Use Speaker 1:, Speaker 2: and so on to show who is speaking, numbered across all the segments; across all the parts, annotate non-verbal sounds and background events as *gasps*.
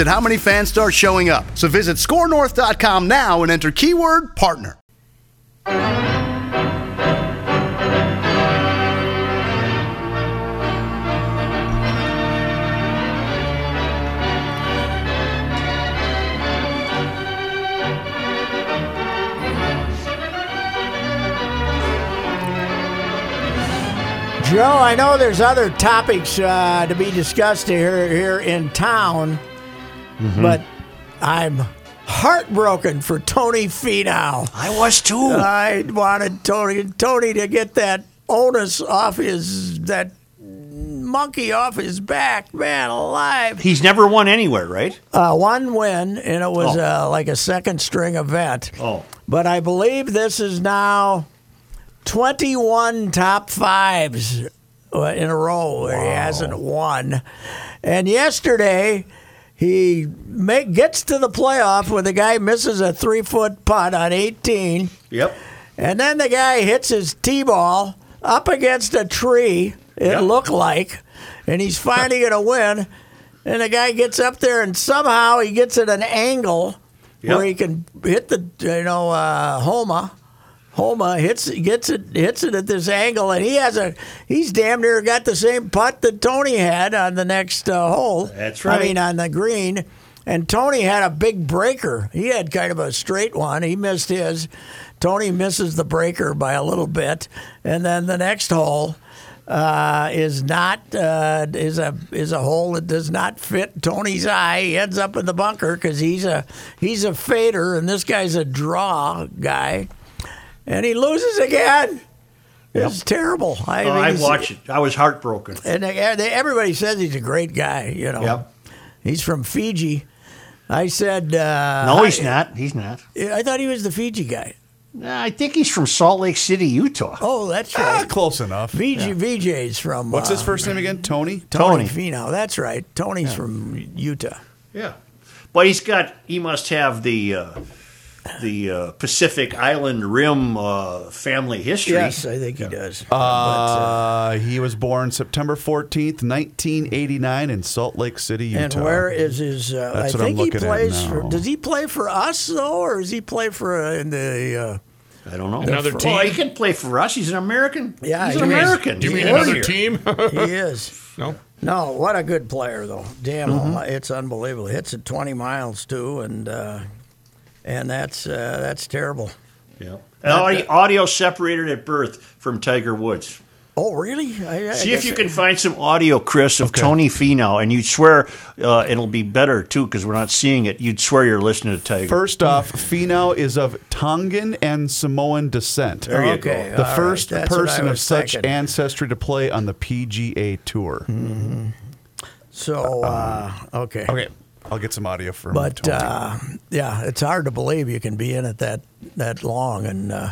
Speaker 1: at how many fans start showing up. So visit scorenorth.com now and enter keyword partner.
Speaker 2: Joe, I know there's other topics uh, to be discussed here here in town, but I'm heartbroken for Tony Finau.
Speaker 3: I was too.
Speaker 2: I wanted Tony Tony to get that onus off his that monkey off his back, man alive.
Speaker 3: He's never won anywhere, right?
Speaker 2: Uh, one win, and it was
Speaker 3: Oh.
Speaker 2: uh, like a second string event.
Speaker 3: Oh.
Speaker 2: But I believe this is now 21 top fives uh, in a row where he hasn't won. And yesterday, he make, gets to the playoff where the guy misses a three foot putt on 18.
Speaker 3: Yep.
Speaker 2: And then the guy hits his tee ball up against a tree, it
Speaker 3: Yep.
Speaker 2: looked like, and he's finally going to win. And the guy gets up there and somehow he gets at an angle where
Speaker 3: Yep.
Speaker 2: he can hit the, you know, uh, Homa. Homa hits gets it hits it at this angle and he has a he's damn near got the same putt that Tony had on the next uh, hole.
Speaker 3: That's
Speaker 2: I
Speaker 3: right.
Speaker 2: mean on the green. And Tony had a big breaker. He had kind of a straight one. He missed his. Tony misses the breaker by a little bit, and then the next hole uh, is not uh, is a is a hole that does not fit Tony's eye. He ends up in the bunker because he's a he's a fader, and this guy's a draw guy, and he loses again. It's terrible. I,
Speaker 3: Oh,
Speaker 2: mean,
Speaker 3: I
Speaker 2: he's-
Speaker 3: watched it. I was heartbroken.
Speaker 2: and they, they, everybody says he's a great guy. You know,
Speaker 3: Yep.
Speaker 2: he's from Fiji. I said, uh,
Speaker 3: No, he's not. He's not.
Speaker 2: I thought he was the Fiji guy.
Speaker 3: Nah, I think he's from Salt Lake City, Utah.
Speaker 2: Oh, that's
Speaker 4: Ah,
Speaker 2: right.
Speaker 4: close enough.
Speaker 2: Fiji VJ's from
Speaker 4: What's his
Speaker 2: uh,
Speaker 4: first name again? Tony.
Speaker 2: Tony
Speaker 3: Tony.
Speaker 2: Fino. That's right. Tony's from Utah.
Speaker 3: Yeah. But he's got. He must have the. Uh, the uh, Pacific Island Rim uh, family history.
Speaker 2: Yes, I think he does.
Speaker 4: Uh, he was born September 14th, 1989, in Salt Lake City, Utah.
Speaker 2: and where is his? Uh,
Speaker 4: That's
Speaker 2: I
Speaker 4: what I'm
Speaker 2: think he
Speaker 4: looking at
Speaker 2: plays. For,
Speaker 4: now.
Speaker 2: does he play for us though, or does he play for uh, in the?
Speaker 3: I don't know.
Speaker 5: Another
Speaker 3: well,
Speaker 5: team?
Speaker 3: he can play for us. He's an American.
Speaker 2: Yeah,
Speaker 3: he's an
Speaker 2: he is.
Speaker 3: American.
Speaker 5: Do you
Speaker 3: He's
Speaker 5: mean
Speaker 3: born
Speaker 5: another
Speaker 3: here.
Speaker 5: team?
Speaker 2: Uh, he
Speaker 3: *laughs*
Speaker 2: is.
Speaker 5: no.
Speaker 2: No, what a good player though. Damn,
Speaker 3: Mm-hmm.
Speaker 2: uh, it's unbelievable. Hits at 20 miles too, and uh, and that's uh, that's terrible.
Speaker 3: Yeah. Audio, audio separated at birth from Tiger Woods.
Speaker 2: Oh, really? I, I
Speaker 3: See
Speaker 2: guess-
Speaker 3: if you can find some audio, Chris, of Tony Finau, and you'd swear uh, it'll be better too because we're not seeing it. You'd swear you're listening to Tiger.
Speaker 2: *laughs*
Speaker 4: First off, Finau is of Tongan and Samoan descent.
Speaker 3: There you
Speaker 2: Okay,
Speaker 3: go.
Speaker 2: all
Speaker 4: the
Speaker 2: right,
Speaker 4: first
Speaker 2: that's what I
Speaker 4: person of
Speaker 2: was
Speaker 4: such
Speaker 2: thinking. Mm-hmm.
Speaker 4: ancestry to play on the PGA Tour.
Speaker 2: So uh, okay.
Speaker 4: Okay, I'll get some audio from
Speaker 2: But
Speaker 4: Tony.
Speaker 2: uh, yeah, it's hard to believe you can be in it that that long. And uh,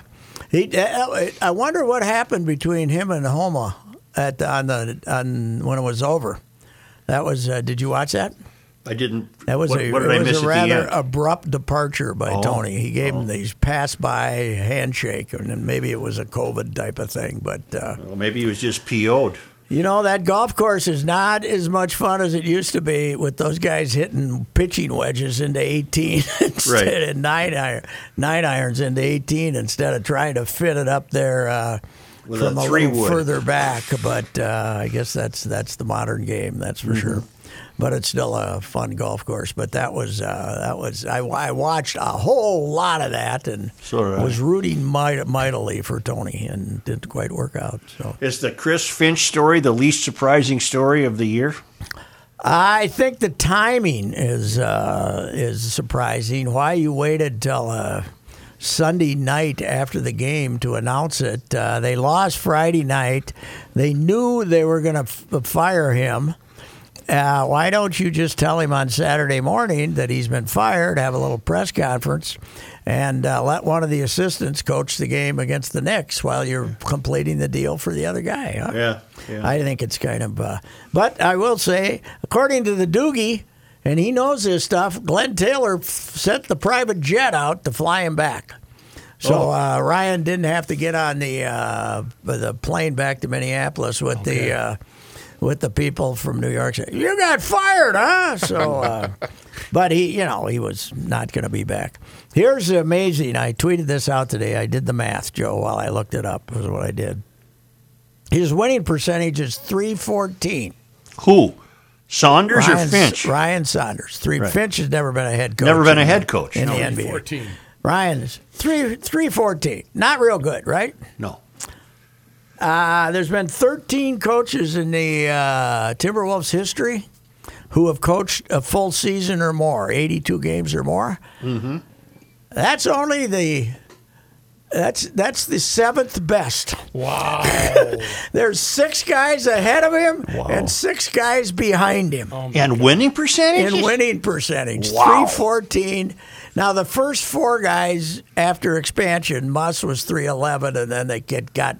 Speaker 2: he, uh, I wonder what happened between him and Homa at the, on the on when it was over. That was. Uh, did you watch that?
Speaker 3: I didn't.
Speaker 2: That was
Speaker 3: what,
Speaker 2: a,
Speaker 3: what did
Speaker 2: it
Speaker 3: I
Speaker 2: was
Speaker 3: miss
Speaker 2: a
Speaker 3: at the
Speaker 2: rather
Speaker 3: end? Oh.
Speaker 2: abrupt departure by Tony. He gave him these pass by handshake, and then maybe it was a COVID type of thing. But uh,
Speaker 3: well, maybe he was just PO'd.
Speaker 2: you know that golf course is not as much fun as it used to be with those guys hitting pitching wedges into 18 *laughs* instead
Speaker 3: Right.
Speaker 2: of nine iron, nine irons into 18 instead of trying to fit it up there uh,
Speaker 3: With a
Speaker 2: from a,
Speaker 3: three
Speaker 2: little
Speaker 3: wood.
Speaker 2: further back. But uh, I guess that's that's the modern game. That's for sure.
Speaker 3: Mm-hmm.
Speaker 2: but it's still a fun golf course. But that was uh, that was I, I watched a whole lot of that and
Speaker 3: So did I.
Speaker 2: was rooting might, mightily for Tony and didn't quite work out. So
Speaker 3: Is the Chris Finch story the least surprising story of the year?
Speaker 2: I think the timing is uh, is surprising. Why you waited till uh, Sunday night after the game to announce it? Uh, they lost Friday night. They knew they were going to f- uh, fire him. Uh, why don't you just tell him on Saturday morning that he's been fired? Have a little press conference, and uh, let one of the assistants coach the game against the Knicks while you're completing the deal for the other guy. huh?
Speaker 3: Yeah, yeah.
Speaker 2: I think it's kind of. Uh, but I will say, according to the Doogie, and he knows his stuff, Glenn Taylor f- sent the private jet out to fly him back. So uh, Ryan didn't have to get on the uh, the plane back to Minneapolis with the uh, with the people from New York. City. You got fired, huh? So, uh, but he, you know, he was not going to be back. Here's amazing. I tweeted this out today. I did the math, Joe, while I looked it up. Is what I did. His winning percentage is 314.
Speaker 3: Who? Saunders or
Speaker 2: Ryan-
Speaker 3: Finch?
Speaker 2: Ryan Saunders. Three.
Speaker 3: Right.
Speaker 2: Finch has never been a head coach.
Speaker 3: Never been a
Speaker 2: in-
Speaker 3: head coach.
Speaker 2: in
Speaker 3: No,
Speaker 2: the
Speaker 3: he's
Speaker 2: NBA. Ryan's three three fourteen. Not real good, right?
Speaker 3: No.
Speaker 2: Uh, there's been 13 coaches in the uh, Timberwolves history who have coached a full season or more, 82 games or more. Mm-hmm. That's only the that's that's the seventh best.
Speaker 5: Wow.
Speaker 2: *laughs* There's six guys ahead of him and six guys behind him
Speaker 3: And winning percentage?
Speaker 2: in winning percentage.
Speaker 3: Wow.
Speaker 2: 314. Now, the first four guys after expansion, Moss was 311, and then they get, got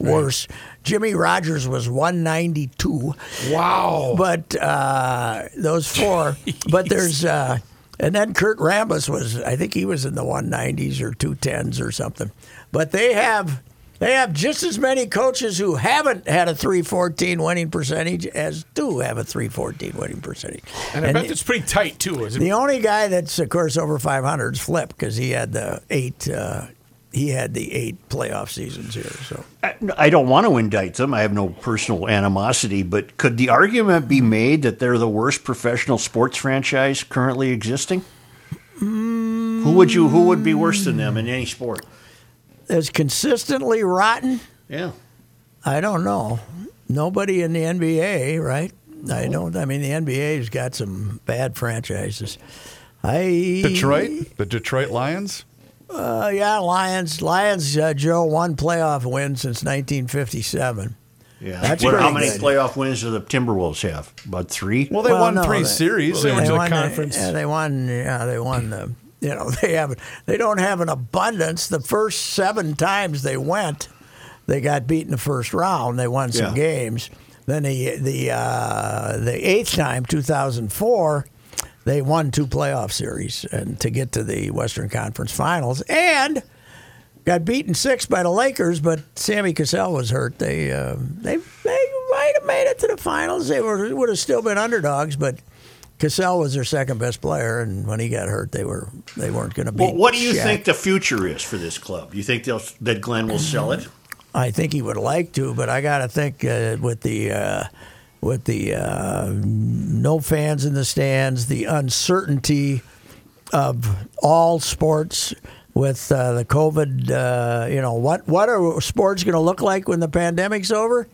Speaker 2: worse. Jimmy Rogers was 192,
Speaker 5: wow.
Speaker 2: but uh, those
Speaker 5: *laughs*
Speaker 2: four. but there's. Uh, and then Kurt Rambis was, I think he was in the 190s or 210s or something. But they have. They have just as many coaches who haven't had a 314 winning percentage as do have a 314 winning percentage.
Speaker 5: And I
Speaker 2: And
Speaker 5: bet
Speaker 2: the-
Speaker 5: it's pretty tight too, is it?
Speaker 2: the only guy that's of course over 500 is Flip because he had the eight. Uh, he had the eight playoff seasons here. So
Speaker 3: I, I don't want to indict them. I have no personal animosity, but could the argument be made that they're the worst professional sports franchise currently existing? Who would you? Who would be worse than them in any sport?
Speaker 2: as consistently rotten,
Speaker 3: Yeah.
Speaker 2: I don't know. Nobody in the NBA, right? I don't. I mean, the NBA's got some bad franchises. I
Speaker 4: Detroit, the Detroit Lions.
Speaker 2: *laughs* Uh, yeah, Lions. Lions. Uh, Joe one playoff win since 1957.
Speaker 3: Yeah.
Speaker 2: That's
Speaker 3: what, how
Speaker 2: pretty
Speaker 3: many
Speaker 2: good.
Speaker 3: playoff wins do the Timberwolves have? About three.
Speaker 4: Well, they
Speaker 2: Well,
Speaker 4: won
Speaker 2: no,
Speaker 4: three
Speaker 2: they-
Speaker 4: series.
Speaker 5: They went
Speaker 4: and-
Speaker 5: to the
Speaker 2: the-
Speaker 5: conference.
Speaker 2: yeah, they won. Yeah, they won the. You know, they have. They don't have an abundance. The first seven times they went, they got beat in the first round. They won some
Speaker 3: Yeah.
Speaker 2: games. Then the the uh, the eighth time, two thousand four, they won two playoff series and to get to the Western Conference Finals and. Got beaten six by the Lakers, but Sammy Cassell was hurt. They uh, they they might have made it to the finals. They were would have still been underdogs, but Cassell was their second best player, and when he got hurt, they were they weren't going to beat.
Speaker 3: Well, what do you
Speaker 2: Shaq.
Speaker 3: think the future is for this club? You think they'll that Glenn will sell it?
Speaker 2: I think he would like to, but I got to think uh, with the uh, with the uh, no fans in the stands, the uncertainty of all sports with uh, the COVID. Uh, you know what what are sports going to look like when the pandemic's over?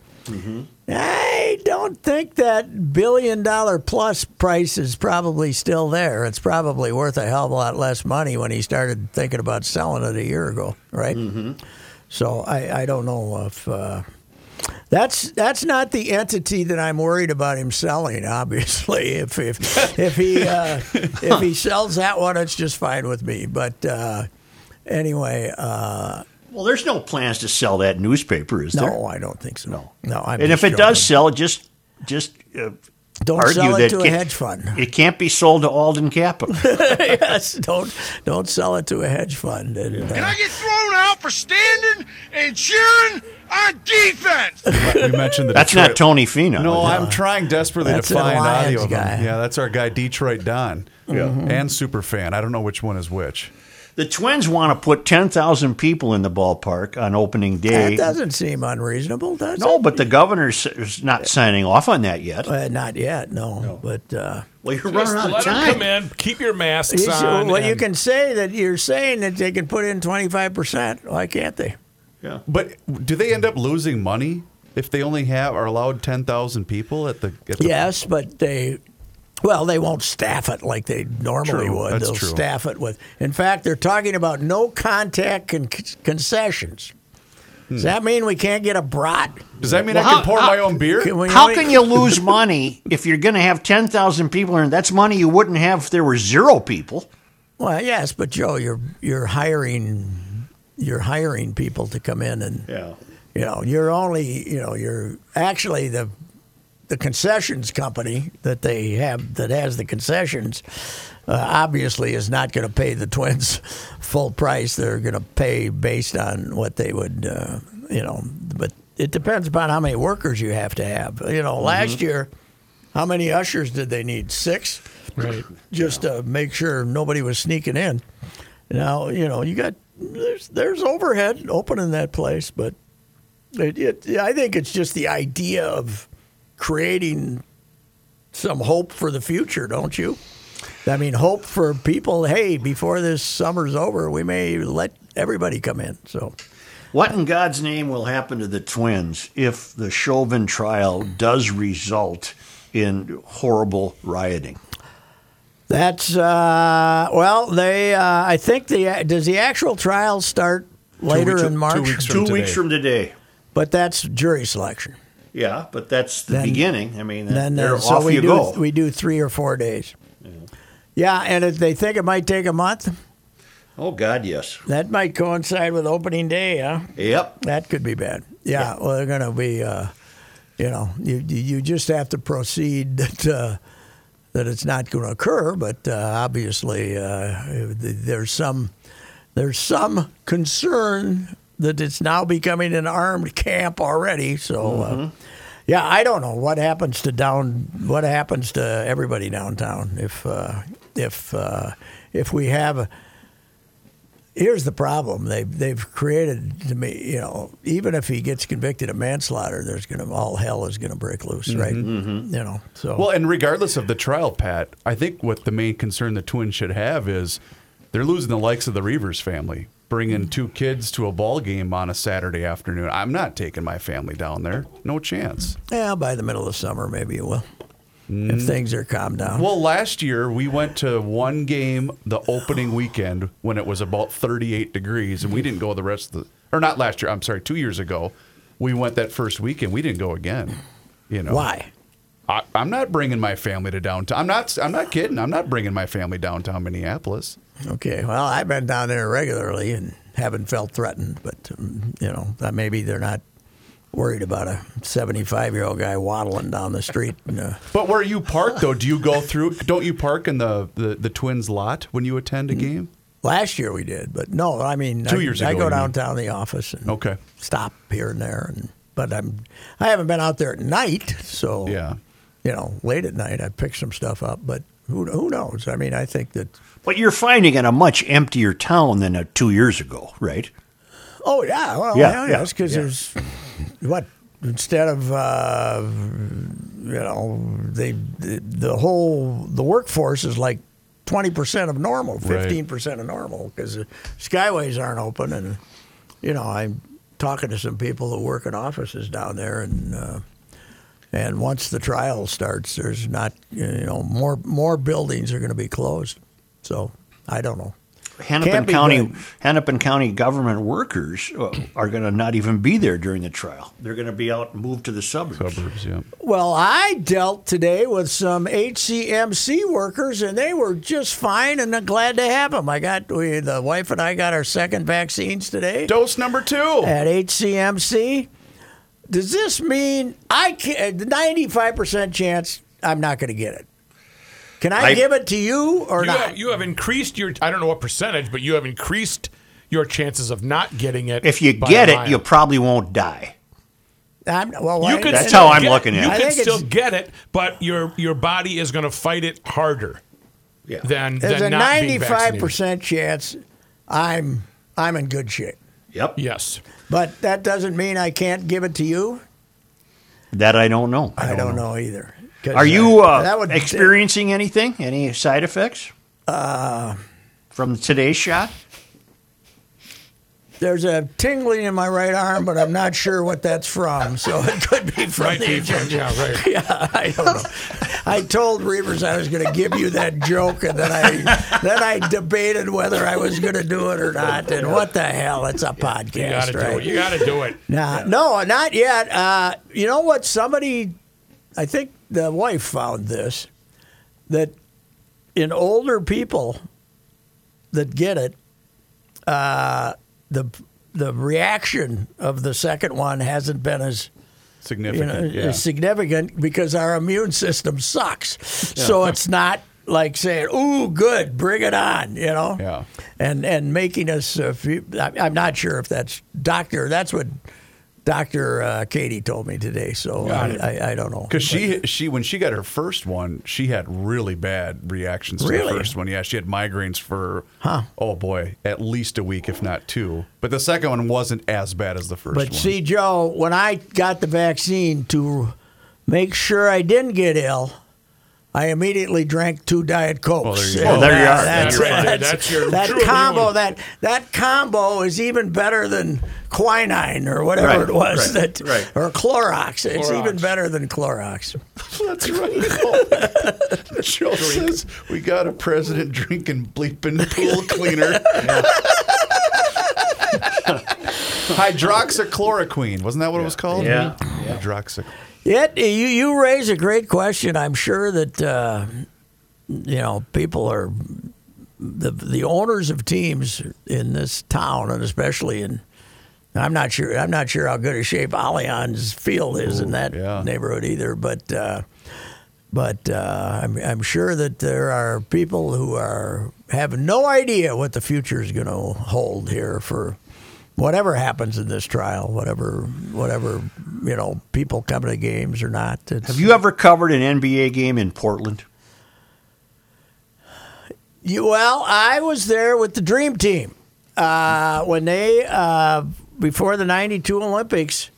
Speaker 2: I don't think that billion dollar plus price is probably still there. It's probably worth a hell of a lot less money when he started thinking about selling it a year ago, right? So I, I don't know if uh, that's that's not the entity that I'm worried about him selling. Obviously, *laughs* if if if he uh, if he sells that one, it's just fine with me. But uh, anyway, uh,
Speaker 3: Well, there's no plans to sell that newspaper, is there?
Speaker 2: no, I don't think so. No, no. I'm
Speaker 3: and if
Speaker 2: just
Speaker 3: it does
Speaker 2: joking.
Speaker 3: sell, just just uh,
Speaker 2: don't
Speaker 3: argue
Speaker 2: sell it
Speaker 3: that
Speaker 2: to a
Speaker 3: can't-
Speaker 2: hedge fund. *laughs*
Speaker 3: it can't be sold to Alden Capital.
Speaker 2: yes, don't don't sell it to a hedge fund. And, uh,
Speaker 6: I get thrown out for standing and cheering on defense.
Speaker 4: You mentioned the
Speaker 3: That's not
Speaker 4: Detroit-
Speaker 3: Tony Fino.
Speaker 4: No, I'm trying desperately to
Speaker 2: uh, That's an
Speaker 4: find
Speaker 2: Lions
Speaker 4: audio of him.
Speaker 2: guy.
Speaker 4: Yeah, that's our guy Detroit Don. Yeah, and Superfan. I don't know which one is which.
Speaker 3: The Twins want to put 10,000 people in the ballpark on opening day.
Speaker 2: That doesn't seem unreasonable, does
Speaker 3: no,
Speaker 2: it?
Speaker 3: but the governor's is not signing off on that yet.
Speaker 2: Uh, not yet, no. But uh,
Speaker 3: Well, you're
Speaker 5: Just
Speaker 3: running out of
Speaker 5: let 'em come
Speaker 3: time.
Speaker 5: in. Keep your masks
Speaker 2: you should-
Speaker 5: on.
Speaker 2: well, you
Speaker 5: and-
Speaker 2: can say that you're saying that they can put in 25%. Why can't they?
Speaker 4: But do they end up losing money if they only have are allowed ten thousand people at the? At the
Speaker 2: Yes, but they, well, they won't staff it like they normally
Speaker 4: True,
Speaker 2: would.
Speaker 4: that's
Speaker 2: They'll
Speaker 4: true.
Speaker 2: staff it with. In fact, they're talking about no contact con- concessions. Does that mean we can't get a brat?
Speaker 4: Does that mean I can pour my own beer?
Speaker 2: Can we
Speaker 3: How
Speaker 2: only-
Speaker 3: can you lose money *laughs* if you're going to have 10,000 people in? That's money you wouldn't have if there were zero people.
Speaker 2: Well, yes, but Joe, you're you're hiring you're hiring people to come in and
Speaker 3: Yeah.
Speaker 2: you know you're only you know you're actually the the concessions company that they have that has the concessions uh, obviously is not going to pay the twins *laughs* full price they're going to pay based on what they would uh, you know but it depends upon how many workers you have to have you know last year how many ushers did they need six
Speaker 5: Right.
Speaker 2: just to make sure nobody was sneaking in. Now you know you got there's there's overhead opening that place, but it, it, I think it's just the idea of creating some hope for the future, don't you? I mean, hope for people. Hey, before this summer's over, we may let everybody come in. So
Speaker 3: What in God's name will happen to the twins if the Chauvin trial does result in horrible rioting?
Speaker 2: that's uh, well. They uh, I think the does the actual trial start later
Speaker 5: weeks-
Speaker 2: in March,
Speaker 5: two weeks
Speaker 3: Two
Speaker 5: today.
Speaker 3: weeks from today.
Speaker 2: but that's jury selection.
Speaker 3: Yeah, but that's the
Speaker 2: Then-
Speaker 3: beginning. I mean,
Speaker 2: then
Speaker 3: they're
Speaker 2: uh, so
Speaker 3: off
Speaker 2: we
Speaker 3: you
Speaker 2: do
Speaker 3: go.
Speaker 2: we do three or four days. Yeah, and if they think it might take a month,
Speaker 3: oh God, yes.
Speaker 2: that might coincide with opening day. Huh?
Speaker 3: Yep.
Speaker 2: That could be bad. Yeah, well, they're going to be. Uh, you know, you you you just have to proceed *laughs* that uh, that it's not going to occur. But uh, obviously, uh, there's some there's some concern that it's now becoming an armed camp already. So. Uh, yeah, I don't know what happens to down what happens to everybody downtown if uh, if uh, if we have a, here's the problem they they've created to me you know even if he gets convicted of manslaughter there's gonna all hell is gonna break loose right you know so
Speaker 4: Well, and regardless of the trial, Pat, I think what the main concern the Twins should have is they're losing the likes of the Reavers family, bringing two kids to a ball game on a Saturday afternoon. I'm not taking my family down there. No chance.
Speaker 2: yeah by the middle of summer maybe it will
Speaker 4: Mm.
Speaker 2: if things are calmed down
Speaker 4: Well, last year we went to one game the opening weekend when it was about 38 degrees, and we didn't go the rest of the, or not last year, I'm sorry, two years ago. We went that first weekend. We didn't go again. You know
Speaker 2: why
Speaker 4: I, I'm not bringing my family to downtown. I'm not. I'm not kidding. I'm not bringing my family downtown Minneapolis.
Speaker 2: okay well I've been down there regularly and haven't felt threatened but um, you know that maybe they're not worried about a 75 year old guy waddling down the street and, uh,
Speaker 4: But where you park though, do you go through? Don't you park in the the, the Twins lot when you attend a game?
Speaker 2: Last year we did, but no, I mean,
Speaker 4: Two
Speaker 2: I,
Speaker 4: years
Speaker 2: I
Speaker 4: ago,
Speaker 2: go
Speaker 4: you mean.
Speaker 2: downtown the office and
Speaker 4: Okay.
Speaker 2: stop here and there, and but I'm I haven't been out there at night, so
Speaker 4: Yeah.
Speaker 2: you know, late at night I pick some stuff up, but who who knows? I mean, I think that
Speaker 3: But you're finding it a much emptier town than uh, two years ago, right?
Speaker 2: oh yeah, well
Speaker 3: Yeah,
Speaker 2: yeah,
Speaker 3: yeah,
Speaker 2: because
Speaker 3: yeah.
Speaker 2: there's what instead of uh, you know they the, the whole the workforce is like. 20% of normal, 15% of normal, because the skyways aren't open. And you know, I'm talking to some people that work in offices down there, and uh, and once the trial starts, there's not you know more more buildings are going to be closed. So I don't know.
Speaker 3: Hennepin
Speaker 2: be
Speaker 3: County,
Speaker 2: good.
Speaker 3: Hennepin County government workers uh, are going to not even be there during the trial. They're going to be out and moved to the suburbs.
Speaker 4: Suburbs. Yeah.
Speaker 2: Well, I dealt today with some HCMC workers, and they were just fine, and I'm glad to have them. I got we, the wife and I got our second vaccines today.
Speaker 4: Dose number two.
Speaker 2: at HCMC. Does this mean I can ninety-five percent chance I'm not going to get it? Can I,
Speaker 3: I-
Speaker 2: give it to you or
Speaker 5: You
Speaker 2: not?
Speaker 5: have, you have increased your, I don't know what percentage, but you have increased your chances of not getting it.
Speaker 3: If you
Speaker 5: by
Speaker 3: get
Speaker 5: a
Speaker 3: it,
Speaker 5: mile.
Speaker 3: you probably won't die.
Speaker 2: I'm, well,
Speaker 5: You
Speaker 2: why-
Speaker 5: could
Speaker 3: That's how
Speaker 5: still
Speaker 3: I'm
Speaker 5: get-
Speaker 3: looking at
Speaker 5: You
Speaker 3: it.
Speaker 2: I
Speaker 5: can
Speaker 2: think it's-
Speaker 5: still get it, but your your body is going to fight it harder
Speaker 3: Yeah.
Speaker 5: than
Speaker 2: There's
Speaker 5: than
Speaker 2: a
Speaker 5: not being
Speaker 2: ninety-five
Speaker 5: vaccinated.
Speaker 2: percent chance I'm I'm in good shape.
Speaker 3: Yep.
Speaker 5: Yes.
Speaker 2: But that doesn't mean I can't give it to you.
Speaker 3: That I don't know.
Speaker 2: I don't know either. 'Cause
Speaker 3: Are you
Speaker 2: I-
Speaker 3: uh, experiencing anything? Any side effects? Uh, from today's shot?
Speaker 2: There's a tingling in my right arm, but I'm not sure what that's from. So it could be from
Speaker 5: Right,
Speaker 2: the *laughs*
Speaker 5: Pete?
Speaker 2: injection.
Speaker 5: *laughs* Yeah, right.
Speaker 2: Yeah, I don't know. I told Reavers I was going to give you that joke, and then I then I debated whether I was going to do it or not. And what the hell? It's a podcast,
Speaker 5: You gotta
Speaker 2: right?
Speaker 5: do it. You gotta do it.
Speaker 2: Nah, No, not yet. Uh, you know what? Somebody, I think the wife found this that in older people that get it, uh, the the reaction of the second one hasn't been as you know,
Speaker 4: Significant.
Speaker 2: is
Speaker 4: yeah.
Speaker 2: significant because our immune system sucks. So it's not like saying, "Ooh, good, bring it on," you know.
Speaker 4: Yeah.
Speaker 2: And and making us, uh, fe- I- I'm not sure if that's doctor. That's what Doctor uh, Katie told me today. So I, I, I don't know.
Speaker 4: Because she she when she got her first one, she had really bad reactions to
Speaker 2: Really?
Speaker 4: the first one. Yeah, she had migraines for oh boy, at least a week, if not two. But the second one wasn't as bad as the first
Speaker 2: But
Speaker 4: one.
Speaker 2: see, Joe, when I got the vaccine to make sure I didn't get ill, I immediately drank two diet cokes.
Speaker 4: Well,
Speaker 2: And
Speaker 4: there you go.
Speaker 3: Oh, there you
Speaker 2: that-
Speaker 3: are.
Speaker 2: That's,
Speaker 5: That's right.
Speaker 2: that's-
Speaker 5: That's your
Speaker 2: that
Speaker 5: true
Speaker 2: combo.
Speaker 5: immune.
Speaker 2: That that combo is even better than quinine or whatever
Speaker 3: Right,
Speaker 2: it was
Speaker 3: right,
Speaker 2: that
Speaker 3: right.
Speaker 2: or Clorox. It's
Speaker 5: Clorox.
Speaker 2: even better than Clorox.
Speaker 4: *laughs* that's
Speaker 2: *laughs*
Speaker 4: right. Joe says we got a president drinking bleeping
Speaker 2: *laughs*
Speaker 4: pool cleaner. Hydroxychloroquine, wasn't that what it was called?
Speaker 3: Yeah.
Speaker 4: Hydroxy.
Speaker 2: Yet you you raise a great question. I'm sure that uh, you know people are the the owners of teams in this town, and especially in. I'm not sure. I'm not sure how good a shape Allianz Field is in that
Speaker 4: yeah.
Speaker 2: neighborhood either. But uh, but uh, I'm I'm sure that there are people who are have no idea what the future is going to hold here for whatever happens in this trial, whatever whatever you know, people come to games or not. It's,
Speaker 3: Have you ever covered an NBA game in Portland?
Speaker 2: You, well, I was there with the Dream Team uh, when they uh, before the '92 Olympics.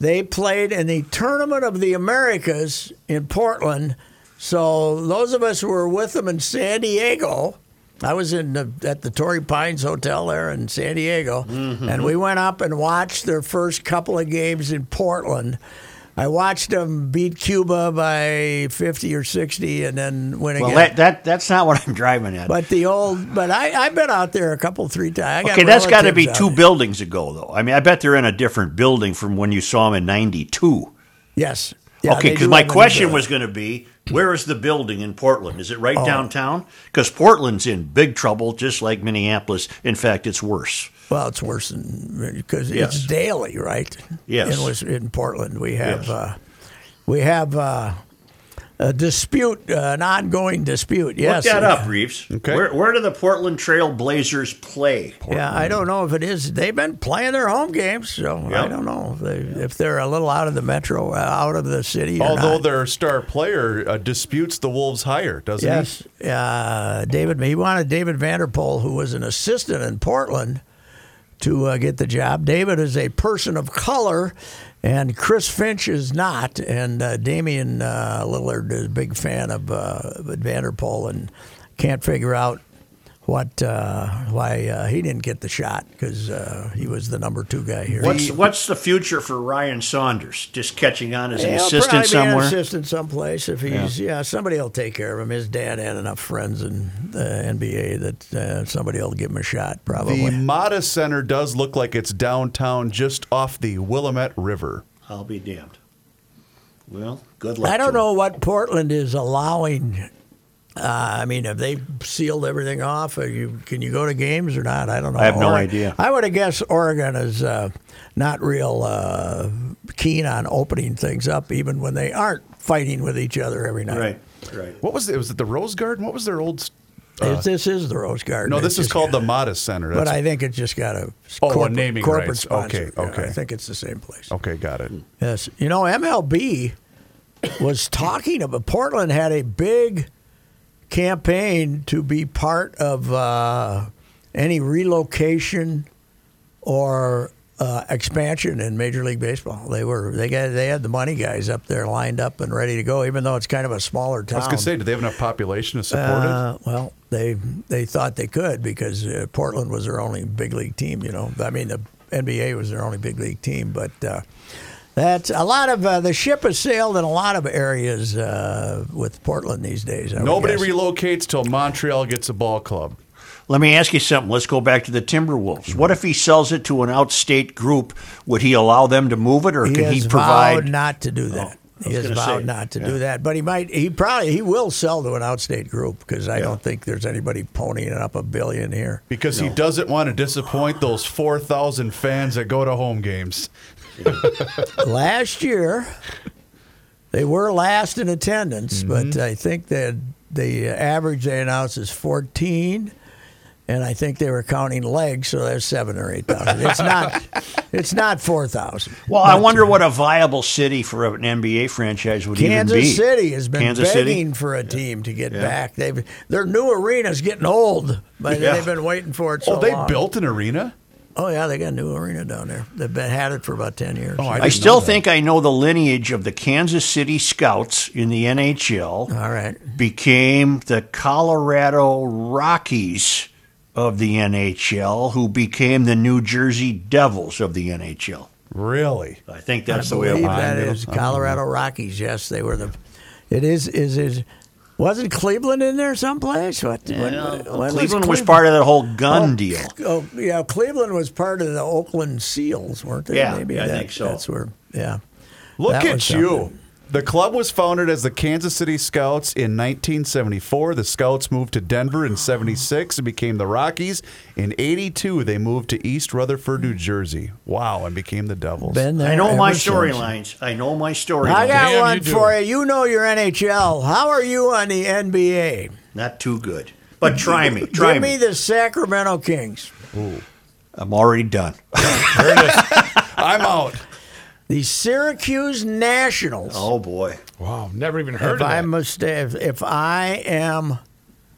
Speaker 2: They played in the Tournament of the Americas in Portland. So those of us who were with them in San Diego, I was in the, at the Torrey Pines Hotel there in San Diego,
Speaker 3: Mm-hmm.
Speaker 2: and we went up and watched their first couple of games in Portland. I watched them beat Cuba by 50 or 60 and then win
Speaker 3: Well,
Speaker 2: again.
Speaker 3: that, that that's not what I'm driving at.
Speaker 2: But the old, but I I've been out there a couple three times. I got
Speaker 3: okay, that's got to be
Speaker 2: relatives out
Speaker 3: two
Speaker 2: there.
Speaker 3: buildings ago, though. I mean, I bet they're in a different building from when you saw them in '92.
Speaker 2: Yes. Yeah,
Speaker 3: okay,
Speaker 2: they
Speaker 3: because
Speaker 2: do
Speaker 3: my
Speaker 2: have a new
Speaker 3: question
Speaker 2: building.
Speaker 3: was going to be, where is the building in Portland? Is it
Speaker 2: Oh.
Speaker 3: right downtown? Because Portland's in big trouble, just like Minneapolis. In fact, it's worse.
Speaker 2: well, it's worse than because it's
Speaker 3: Yes.
Speaker 2: daily, right?
Speaker 3: Yes.
Speaker 2: In, Wis- in Portland, we have
Speaker 3: Yes.
Speaker 2: uh, we have uh, a dispute, uh, an ongoing dispute. Yes.
Speaker 3: Look that up, Reeves.
Speaker 4: Okay.
Speaker 3: Where, where do the Portland Trail Blazers play?
Speaker 2: Yeah, I don't know if it is. They've been playing their home games, so I
Speaker 3: Yeah.
Speaker 2: don't know if, they, if they're a little out of the metro, uh, out of the city. Or
Speaker 4: Although
Speaker 2: not.
Speaker 4: their star player uh, disputes the Wolves' hire, doesn't
Speaker 2: Yes, uh, David. He wanted David Vanderpool, who was an assistant in Portland, to uh, get the job. David is a person of color, and Chris Finch is not. And uh, Damian uh, Lillard is a big fan of uh, Vanderpool, and can't figure out what uh, why uh, he didn't get the shot because uh, he was the number two guy here.
Speaker 3: What's what's the future for Ryan Saunders? Just catching on as an
Speaker 2: Yeah, he'll
Speaker 3: assistant
Speaker 2: probably be
Speaker 3: somewhere.
Speaker 2: An assistant someplace if he's yeah. somebody will take care of him. His dad had enough friends in the NBA that uh, somebody will give him a shot
Speaker 4: he?
Speaker 2: probably.
Speaker 4: The Mata Center does look like it's downtown, just off the Willamette River.
Speaker 3: I'll be damned. Well, good luck.
Speaker 2: I
Speaker 3: to
Speaker 2: don't
Speaker 3: him.
Speaker 2: know what Portland is allowing. Uh, I mean, have they sealed everything off? Are you can you go to games or not? I don't know.
Speaker 3: I have no
Speaker 2: Or-
Speaker 3: idea.
Speaker 2: I would have guessed Oregon is uh, not real uh, keen on opening things up, even when they aren't fighting with each other every night.
Speaker 3: Right, right.
Speaker 4: What was it? Was it the Rose Garden? What was their old? s-
Speaker 2: If this is the Rose Garden.
Speaker 4: No,
Speaker 2: it's
Speaker 4: this is
Speaker 2: just-
Speaker 4: called the Mata Center.
Speaker 2: But
Speaker 4: That's,
Speaker 2: I think it's just got a
Speaker 4: Oh, a
Speaker 2: corporate,
Speaker 4: naming
Speaker 2: corporate
Speaker 4: rights.
Speaker 2: sponsor.
Speaker 4: Okay,
Speaker 2: Yeah,
Speaker 4: okay. Oh.
Speaker 2: I think it's the same place.
Speaker 4: okay, got it.
Speaker 2: Yes, you know MLB was talking about Portland had a big campaign to be part of uh, any relocation or uh, expansion in Major League Baseball. They were they got they had the money guys up there lined up and ready to go, even though it's kind of a smaller town.
Speaker 4: I was gonna say, do they have enough population to support
Speaker 2: Uh, well, they they thought they could because uh, Portland was their only big league team. You know, I mean the NBA was their only big league team, but. Uh, that's a lot of uh, the ship has sailed in a lot of areas uh, with Portland these days. I
Speaker 4: it?
Speaker 2: would
Speaker 4: Nobody
Speaker 2: guess.
Speaker 4: relocates till Montreal gets a ball club.
Speaker 3: Let me ask you something. Let's go back to the Timberwolves. What if he sells it to an outstate group? Would he allow them to move it, or
Speaker 2: he
Speaker 3: can
Speaker 2: has
Speaker 3: he provide? Oh,
Speaker 2: vowed not to do that.
Speaker 3: I
Speaker 2: he
Speaker 3: was
Speaker 2: has
Speaker 3: gonna
Speaker 2: vowed
Speaker 3: say,
Speaker 2: not to
Speaker 3: yeah.
Speaker 2: do that, but he might. He probably he will sell to an outstate group because I don't think there's anybody ponying up a billion here.
Speaker 4: Because he doesn't want to disappoint those 4,000 fans that go to home games.
Speaker 2: last year, they were last in attendance, but I think that the average they announced is 14, and I think they were counting legs, so there's seven or eight thousand. It's *laughs* not, it's not four thousand.
Speaker 3: Well, I wonder what a viable city for an NBA franchise would even be.
Speaker 2: Kansas City has been
Speaker 3: Kansas City?
Speaker 2: begging for a team to get back. They've their new arena's getting old, but
Speaker 3: Yeah.
Speaker 2: they've been waiting for it. So
Speaker 4: Oh, they
Speaker 2: long.
Speaker 4: built an arena?
Speaker 2: Oh yeah, they got a new arena down there. They've been had it for about ten years.
Speaker 4: Oh,
Speaker 3: I
Speaker 4: didn't know
Speaker 3: still
Speaker 4: that.
Speaker 3: think I know the lineage of the Kansas City Scouts in the NHL.
Speaker 2: All right.
Speaker 3: became the Colorado Rockies of the NHL, who became the New Jersey Devils of the NHL.
Speaker 4: Really?
Speaker 3: I think that's
Speaker 2: I
Speaker 3: the way it
Speaker 2: believe
Speaker 3: went.
Speaker 2: that is Colorado Rockies. Yes, they were the. It is is is. Wasn't Cleveland in there someplace? What, when- when
Speaker 3: Cleveland, was part of that whole gun deal.
Speaker 2: Oh yeah, Cleveland was part of the Oakland Seals, weren't they?
Speaker 3: Yeah,
Speaker 2: Maybe
Speaker 3: I
Speaker 2: that-
Speaker 3: think so.
Speaker 2: That's where. Yeah.
Speaker 4: Look
Speaker 2: That
Speaker 4: at
Speaker 2: was
Speaker 4: you.
Speaker 2: something.
Speaker 4: The club was founded as the Kansas City Scouts in 1974. The Scouts moved to Denver in 76 and became the Rockies. In 82, they moved to East Rutherford, New Jersey. Wow, and became the Devils.
Speaker 2: Been there
Speaker 3: I know my
Speaker 2: ever since.
Speaker 3: storylines. I know my
Speaker 2: I
Speaker 3: storylines.
Speaker 2: got
Speaker 5: Damn,
Speaker 2: one
Speaker 5: you do.
Speaker 2: for you. You know your NHL. How are you on the NBA?
Speaker 3: Not too good. But try me. Try
Speaker 2: Give
Speaker 3: me.
Speaker 2: me the Sacramento Kings.
Speaker 3: I'm already done. *laughs*
Speaker 4: I'm out.
Speaker 2: The Syracuse Nationals.
Speaker 3: Oh, boy.
Speaker 5: Wow, never even heard
Speaker 2: if
Speaker 5: of
Speaker 2: I'm
Speaker 5: that.
Speaker 2: mista- if, if I am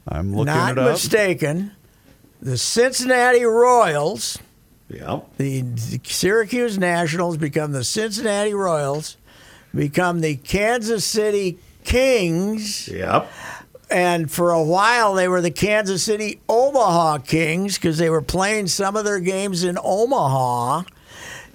Speaker 4: I'm looking
Speaker 2: not
Speaker 4: it up.
Speaker 2: mistaken, the Cincinnati Royals,
Speaker 3: Yeah.
Speaker 2: the Syracuse Nationals become the Cincinnati Royals, become the Kansas City Kings,
Speaker 3: Yep.
Speaker 2: and for a while they were the Kansas City Omaha Kings because they were playing some of their games in Omaha.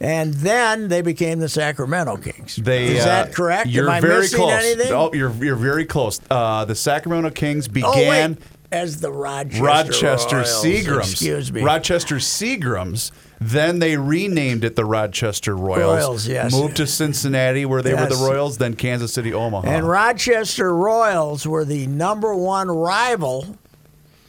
Speaker 2: And then they became the Sacramento Kings.
Speaker 4: They,
Speaker 2: Is
Speaker 4: uh,
Speaker 2: that correct?
Speaker 4: You're
Speaker 2: Am I
Speaker 4: very
Speaker 2: missing
Speaker 4: close.
Speaker 2: anything?
Speaker 4: Oh, you're you're very close. Uh, the Sacramento Kings
Speaker 2: Oh,
Speaker 4: began
Speaker 2: wait. as the Rochester
Speaker 4: Rochester
Speaker 2: Royals.
Speaker 4: Seagrams.
Speaker 2: Excuse me.
Speaker 4: Rochester Seagrams. Then they renamed it the Rochester Royals.
Speaker 2: Royals, yes.
Speaker 4: Moved to Cincinnati where they were
Speaker 2: Yes.
Speaker 4: the Royals, then Kansas City Omaha.
Speaker 2: and Rochester Royals were the number one rival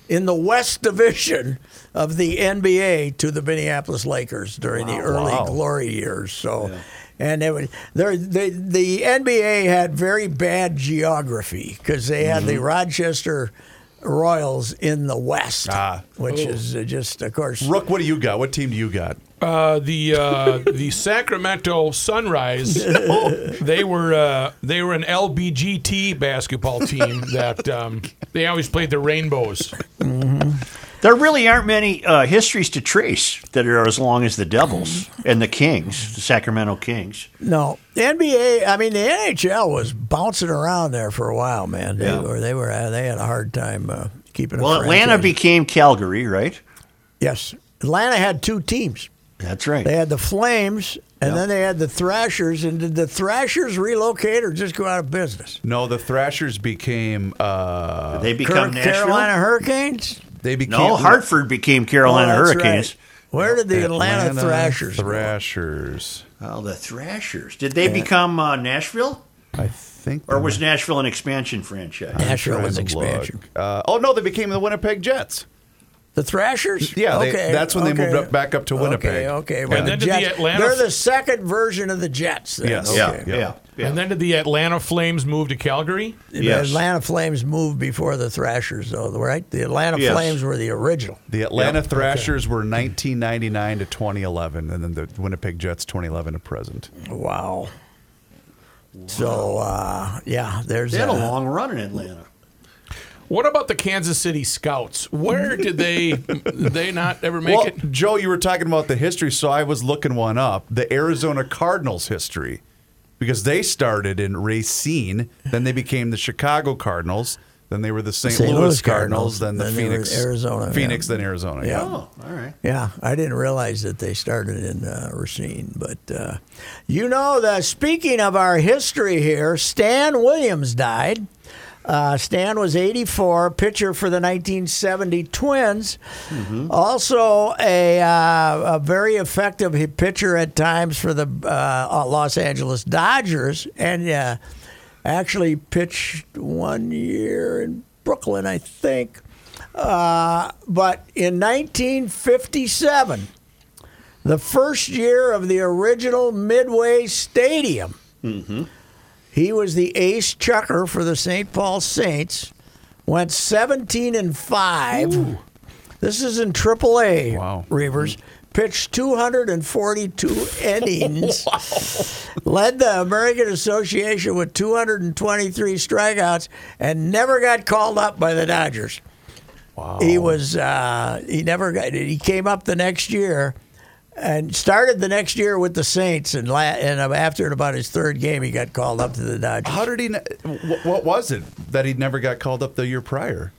Speaker 2: in the West Division of the NBA to the Minneapolis Lakers during the early
Speaker 4: Wow.
Speaker 2: glory years. So. And it was, there, they, the NBA had very bad geography because they had
Speaker 4: Mm-hmm.
Speaker 2: the Rochester Royals in the West,
Speaker 4: Ah.
Speaker 2: which is uh, just, of course,
Speaker 4: Rook, what do you got? What team do you got?
Speaker 5: Uh, the uh,
Speaker 2: *laughs*
Speaker 5: the Sacramento Sunrise. they were uh, they were an LBGT
Speaker 2: *laughs*
Speaker 5: basketball team that um, they always played the rainbows.
Speaker 3: There really aren't many uh, histories to trace that are as long as the Devils and the Kings, the Sacramento Kings.
Speaker 2: No, the NBA. I mean, the NHL was bouncing around there for a while, man. They
Speaker 3: Yeah.
Speaker 2: were they were uh, they had a hard time uh, keeping.
Speaker 3: Well,
Speaker 2: a
Speaker 3: Atlanta
Speaker 2: franchise.
Speaker 3: became Calgary, right?
Speaker 2: yes, Atlanta had two teams.
Speaker 3: That's right.
Speaker 2: They had the Flames, and then they had the Thrashers. And did the Thrashers relocate or just go out of business?
Speaker 4: No, the Thrashers became uh,
Speaker 3: they become
Speaker 2: Cur-
Speaker 3: Nashville.
Speaker 2: Carolina Hurricanes.
Speaker 4: they became
Speaker 3: No, Hartford became Carolina
Speaker 2: Oh, that's
Speaker 3: Hurricanes.
Speaker 2: right. Where did the Atlanta, Thrashers? go?
Speaker 4: Thrashers.
Speaker 3: Oh, the Thrashers. Did they become uh, Nashville,
Speaker 4: I think
Speaker 3: or
Speaker 4: they-
Speaker 3: was Nashville an expansion franchise?
Speaker 2: Uh-huh. Nashville was
Speaker 4: Trying to look.
Speaker 2: expansion.
Speaker 4: Uh, oh no, they became the Winnipeg Jets.
Speaker 2: The Thrashers?
Speaker 4: Yeah, they-
Speaker 2: okay.
Speaker 4: that's when they
Speaker 2: okay.
Speaker 4: moved up back up to Winnipeg.
Speaker 2: Okay, okay. Well,
Speaker 4: And
Speaker 2: the
Speaker 5: then did the
Speaker 2: Jets,
Speaker 5: Atlanta-
Speaker 2: they're the second version of the Jets. Then.
Speaker 4: Yes.
Speaker 2: Okay.
Speaker 3: Yeah,
Speaker 4: Yeah.
Speaker 3: yeah, yeah.
Speaker 5: And then did the Atlanta Flames move to Calgary?
Speaker 2: The
Speaker 3: Yes.
Speaker 2: Atlanta Flames moved before the Thrashers, though, right? The Atlanta
Speaker 3: Yes.
Speaker 2: Flames were the original.
Speaker 4: The Atlanta Thrashers were 1999 to 2011, and then the Winnipeg Jets 2011 to present.
Speaker 2: Wow. So, uh, yeah, there's
Speaker 3: they had a
Speaker 2: uh,
Speaker 3: long run in Atlanta.
Speaker 5: What about the Kansas City Scouts? Where
Speaker 2: *laughs*
Speaker 5: did they they not ever make
Speaker 4: well,
Speaker 5: it?
Speaker 4: Joe, you were talking about the history, so I was looking one up. The Arizona Cardinals history, because they started in Racine, then they became the Chicago Cardinals, then they were the St.
Speaker 2: St.
Speaker 4: Louis,
Speaker 2: Louis Cardinals,
Speaker 4: Cardinals, then the
Speaker 2: then they were
Speaker 4: Phoenix,
Speaker 2: Arizona, yeah.
Speaker 4: Phoenix, then Arizona.
Speaker 2: Yeah.
Speaker 3: Oh, all right.
Speaker 2: Yeah, I didn't realize that they started in uh, Racine, but uh, you know, the speaking of our history here, Stan Williams died. Uh, Stan was 84, pitcher for the 1970 Twins. Also, a, uh, a very effective hi- pitcher at times for the uh, Los Angeles Dodgers, and uh, actually pitched one year in Brooklyn, I think. Uh, but in 1957, the first year of the original Midway Stadium, he was the ace chucker for the St. Paul Saints. Went 17 and five. This is in AAA.
Speaker 4: Wow.
Speaker 2: Reavers pitched 242 innings led the American Association with 223 strikeouts and never got called up by the Dodgers. Wow. He was uh, he never got he came up the next year and started the next year with the Saints and la- and after about his third game he got called up to the Dodgers.
Speaker 4: How did he? n- wh- What was it that he never got called up the year prior?